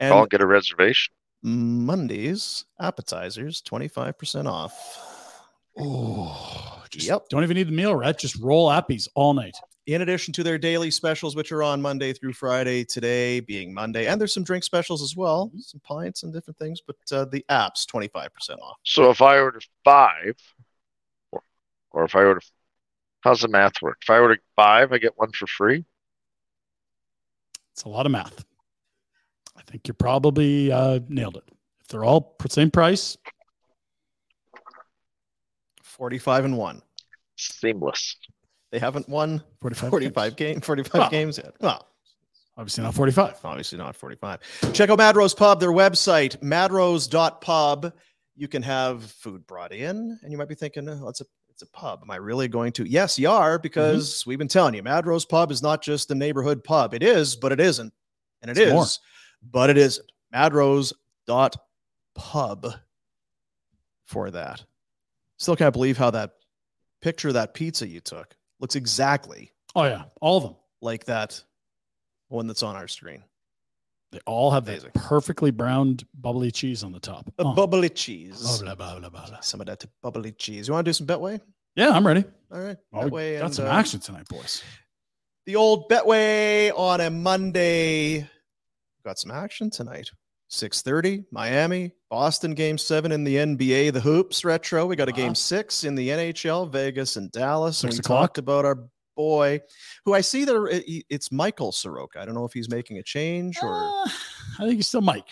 B: And
D: Call. Get a reservation.
B: Mondays appetizers twenty five percent off.
C: Oh, just
B: Yep.
C: don't even need the meal, right? Just roll appies all night.
B: In addition to their daily specials, which are on Monday through Friday, today being Monday, and there's some drink specials as well,
C: Mm-hmm.
B: some pints and different things. But uh, the apps twenty five percent off.
D: So if I order five, or, or if I order, how's the math work? If I order five, I get one for free.
C: It's a lot of math. I think you probably uh, nailed it. If they're all pr- same price,
B: Forty five and one.
D: Seamless.
B: They haven't won
C: 45,
B: 45 game, 45
C: Well,
B: games yet. Well,
C: obviously not 45.
B: Obviously not 45. check out Madrose Pub, their website, madrose.pub. You can have food brought in, and you might be thinking, oh, it's a it's a pub. Am I really going to? Yes, you are, because
C: Mm-hmm.
B: we've been telling you, Madrose Pub is not just a neighborhood pub. It is, but it isn't. And it
C: It's
B: is,
C: more.
B: but it isn't. Madrose.pub. for that. Still can't believe how that picture of that pizza you took looks exactly.
C: Oh yeah, all of them
B: like that one that's on our screen.
C: They all have that perfectly browned bubbly cheese on the top.
B: A
C: Oh.
B: bubbly cheese.
C: Blah, blah, blah, blah, blah.
B: Some of that bubbly cheese. You want to do some Betway?
C: Yeah, I'm ready.
B: All right.
C: Oh, we
B: Betway
C: got
B: and,
C: some
B: uh,
C: action tonight, boys.
B: The old Betway on a Monday. Got some action tonight. 6:30, Miami, Boston game 7 in the NBA, the Hoops retro. We got a game 6 in the NHL, Vegas and Dallas. and
C: Ah.
B: we
C: Six o'clock.
B: talked about our boy who I see there it- it's Michael Soroka. I don't know if he's making a change or
C: Uh, I think he's still Mike.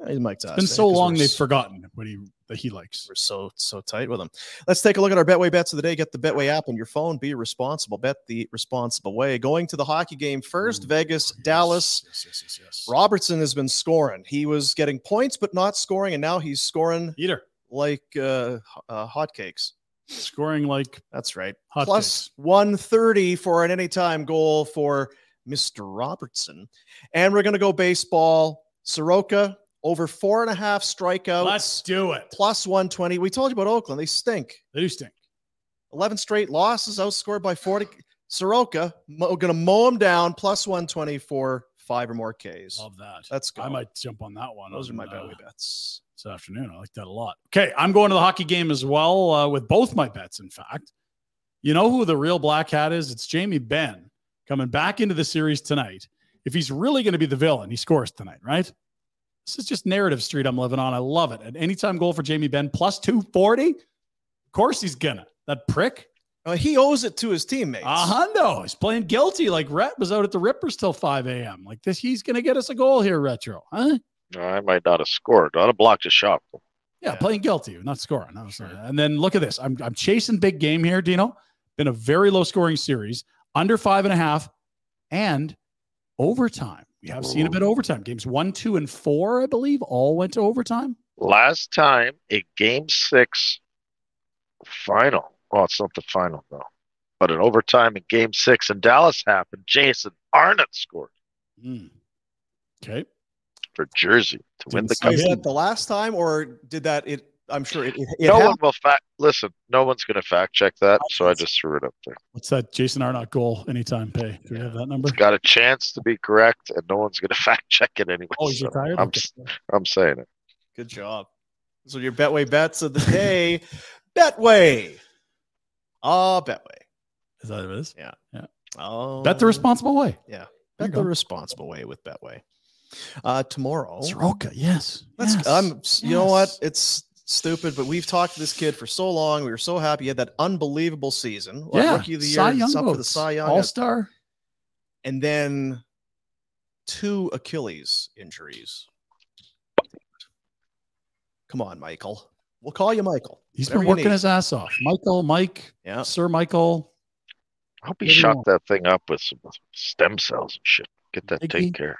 B: Yeah, he's Mike
C: It's
B: Toss,
C: been
B: eh?
C: so
B: 'Cause we're
C: long they've
B: s-
C: forgotten what he that he likes.
B: We're so so tight with them. Let's take a look at our Betway bets of the day. Get the Betway app on your phone. Be responsible. Bet the responsible way. Going to the hockey game first. Vegas, Dallas. Robertson has been scoring. He was getting points but not scoring, and now he's scoring
C: Eater.
B: like uh, h- uh, hotcakes.
C: Scoring like
B: that's right.
C: Hotcakes.
B: Plus 130 for an anytime goal for Mr. Robertson. And we're going to go baseball. Soroka over four and a half strikeouts.
C: Let's do it.
B: Plus 120. We told you about Oakland. They stink.
C: They do stink.
B: 11 straight losses, outscored by 40. Soroka going to mow them down. Plus 120 for five or more Ks.
C: Love that.
B: Let's go.
C: I might jump on that one.
B: Those are
C: on,
B: my
C: uh,
B: Betway bets.
C: this afternoon. I like that a lot. Okay, I'm going to the hockey game as well uh, with both my bets. In fact, you know who the real black hat is? It's Jamie Benn coming back into the series tonight. If he's really going to be the villain, he scores tonight, right? This is just narrative street I'm living on. I love it. An anytime goal for Jamie Benn plus 240. Of course he's gonna. That prick.
B: Uh, he owes it to his teammates.
C: A hundo. He's playing guilty. Like Rhett was out at the Rippers till 5 a.m. Like this, he's gonna get us a goal here, Retro. Huh?
D: No, I might not have scored. I'd have blocked a shot.
C: Yeah, playing guilty, not scoring. I was like, And then look at this. I'm, I'm chasing big game here, Dino. Been a very low scoring series, under five and a half, and overtime. We have seen a bit of overtime. Games one, two, and four, I believe, all went to overtime.
D: Last time, a game six final. Well, it's not the final, though. But an overtime in game six in Dallas happened. Jason Arnott scored
C: Okay.
D: for Jersey to win the
B: Is
D: cup.
B: that the last time, or did that? It. I'm sure it. it, it
D: No one
B: happened.
D: will fact listen. No one's going to fact check that, so I just threw it up there.
C: What's that Jason Arnott goal anytime pay? Do we have that number?
D: Got a chance to be correct, and no one's going to fact check it anyway.
C: Oh, he's
D: so
C: retired?
D: I'm,
C: Okay.
D: s- I'm saying it.
B: Good job. So your Betway bets of the day. Betway. Ah, Betway.
C: Is that what it is?
B: Yeah.
C: Yeah.
B: Oh.
C: Bet the responsible way.
B: Yeah.
C: There
B: Bet
C: you
B: the
C: go.
B: responsible way with Betway. Uh, tomorrow.
C: Soroka, yes.
B: Let's.
C: yes.
B: I'm. You know what?
C: yes.
B: It's stupid, but we've talked to this kid for so long. We were so happy he had that unbelievable season. What,
C: yeah.
B: Rookie of the year.
C: Cy Young
B: something for the
C: votes.
B: Cy Young.
C: All-star.
B: and then two Achilles injuries. Come on, Michael. We'll call you Michael.
C: He's
B: Whatever
C: been
B: you
C: working
B: need.
C: his ass off. Michael, Mike,
B: Yeah.
C: Sir Michael.
D: I hope he
C: Maybe
D: shot
C: not.
D: that thing up with some stem cells and shit. Get that
C: Biggie.
D: taken care. of.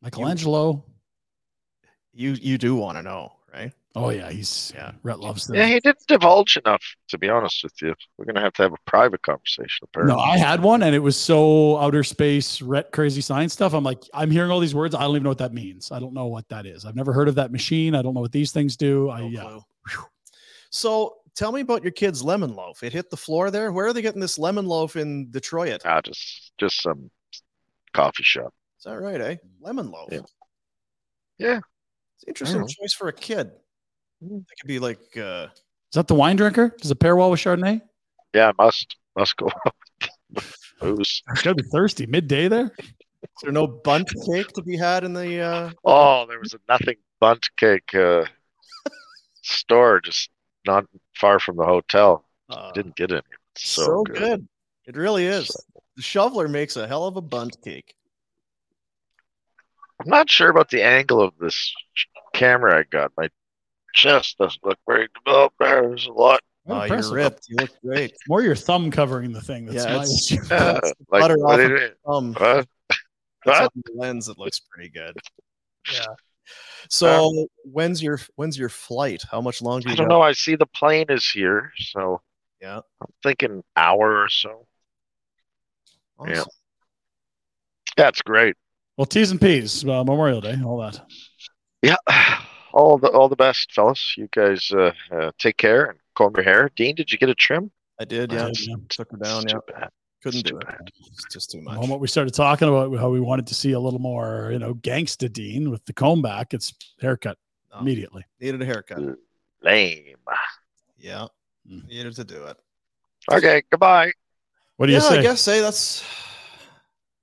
C: Michelangelo.
B: You you do want to know, right?
C: Oh yeah, he's yeah. Rhett loves that.
D: Yeah, he didn't divulge enough. To be honest with you, we're going to have to have a private conversation. Apparently,
C: no, I had one, and it was so outer space, Rhett crazy science stuff. I'm like, I'm hearing all these words. I don't even know what that means. I don't know what that is. I've never heard of that machine. I don't know what these things do. I yeah.
B: So tell me about your kid's lemon loaf. It hit the floor there. Where are they getting this lemon loaf in Detroit?
D: Ah, just just some coffee shop.
B: Is that right, eh? Lemon loaf.
D: Yeah. Yeah.
B: It's an interesting
D: know. Mm.
B: choice for a kid. It could be like uh
C: Is that the wine drinker? Does it pair well with Chardonnay?
B: Oh,
D: Yeah, I must must go. Booze.
C: Gotta be thirsty midday there.
B: is there no bundt cake to be had in the uh
D: Oh, there was a nothing bunt cake uh, store just not far from the hotel.
B: Uh,
D: Didn't get any. It's So, good.
B: It really is. The shoveler makes a hell of a bundt cake.
D: I'm not sure about the angle of this camera I got. My chest doesn't look very developed. There's a lot.
C: What
B: Oh,
C: impressive.
B: you're ripped. You look great.
C: More your thumb covering the thing. That's
B: Yeah,
C: my
B: it's-
C: issue.
D: Uh,
B: That's the
D: like,
B: butter
D: what
B: off
D: it
B: of
D: is.
B: Um,
D: What?
B: it's on
D: What?
B: the lens. It looks pretty good.
C: Yeah.
B: So when's your when's your flight? How much longer?
D: Uh, I
B: you
D: don't
B: got?
D: know. I see the plane is here, so
B: Yeah.
D: I'm thinking hour or so. Yeah,
B: Awesome.
D: that's great.
C: Well, T's and P's, uh, Memorial Day, all that.
D: Yeah, all the all the best, fellas. You guys uh, uh, take care and comb your hair. Dean, did you get a trim?
B: I did, yeah. Took her down,
D: It's
B: yeah.
D: too bad.
B: Couldn't
D: It's
B: do
D: too
B: it. It's just too much.
C: On what we started talking about, how we wanted to see a little more, you know, gangsta Dean with the comb back. It's haircut
B: No.
C: immediately.
B: Oh. Needed a haircut.
D: Mm. Lame.
B: Yeah. Needed to do it.
D: Okay, goodbye.
C: Mm. What do you
B: yeah,
C: say?
B: I guess say that's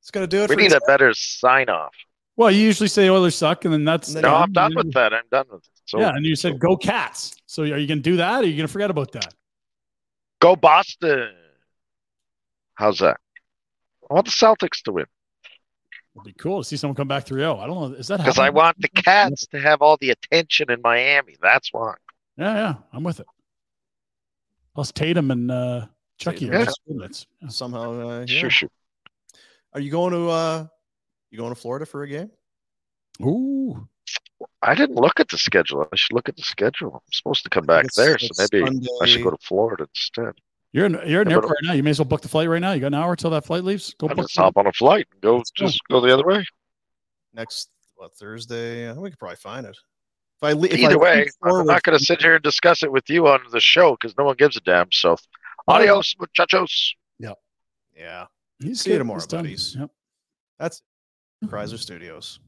B: it's gonna do it
D: We
B: for
D: need a
B: today.
D: better sign off.
C: Well, you usually say Oilers suck, and then that's
D: No, I'm done with that. I'm done with it. So
C: yeah, and you said go Cats. So are you going to do that, or are you going to forget about that?
D: go Boston. How's that? I want the Celtics to win
C: It'd be cool to see someone come back 3-0. I don't know. Is that
D: because I
C: happening?
D: want the Cats to have all the attention in Miami. That's why.
C: Yeah, yeah, I'm with it. Plus Tatum and uh, Chucky.
B: Tatum,
C: are
B: yeah.
C: best teammates.
B: somehow. Uh, yeah.
D: Sure, sure.
B: Are you going to uh you going to Florida for a game?
C: Ooh.
D: I didn't look at the schedule. I should look at the schedule. I'm supposed to come back
B: It's-
D: there, so
B: it's
D: maybe I should
B: Sunday.
D: go to Florida instead.
C: You're in you're in
D: Yeah, but-
C: the airport right now. You may as well book the flight right now. You got an hour till that flight leaves. Go
D: I'll
C: book.
D: just hop on a flight and go
C: go.
D: just go the other way.
B: Next what Thursday? Uh, we could probably find it. If I le- if I
D: Either
B: leave
D: way, I'm
B: forward-
D: not going to sit here and discuss it with you on the show because no one gives a damn. So, adios, muchachos.
B: Yeah.
C: He's
B: See you
C: good.
B: tomorrow,
C: He's done.
B: buddies.
C: Yep. Mm-hmm.
B: That's Chrysler Studios.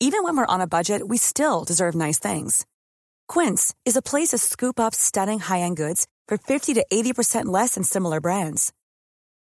T: Even when we're on a budget, we still deserve nice things. Quince is a place to scoop up stunning high end goods for 50 to 80% less than similar brands.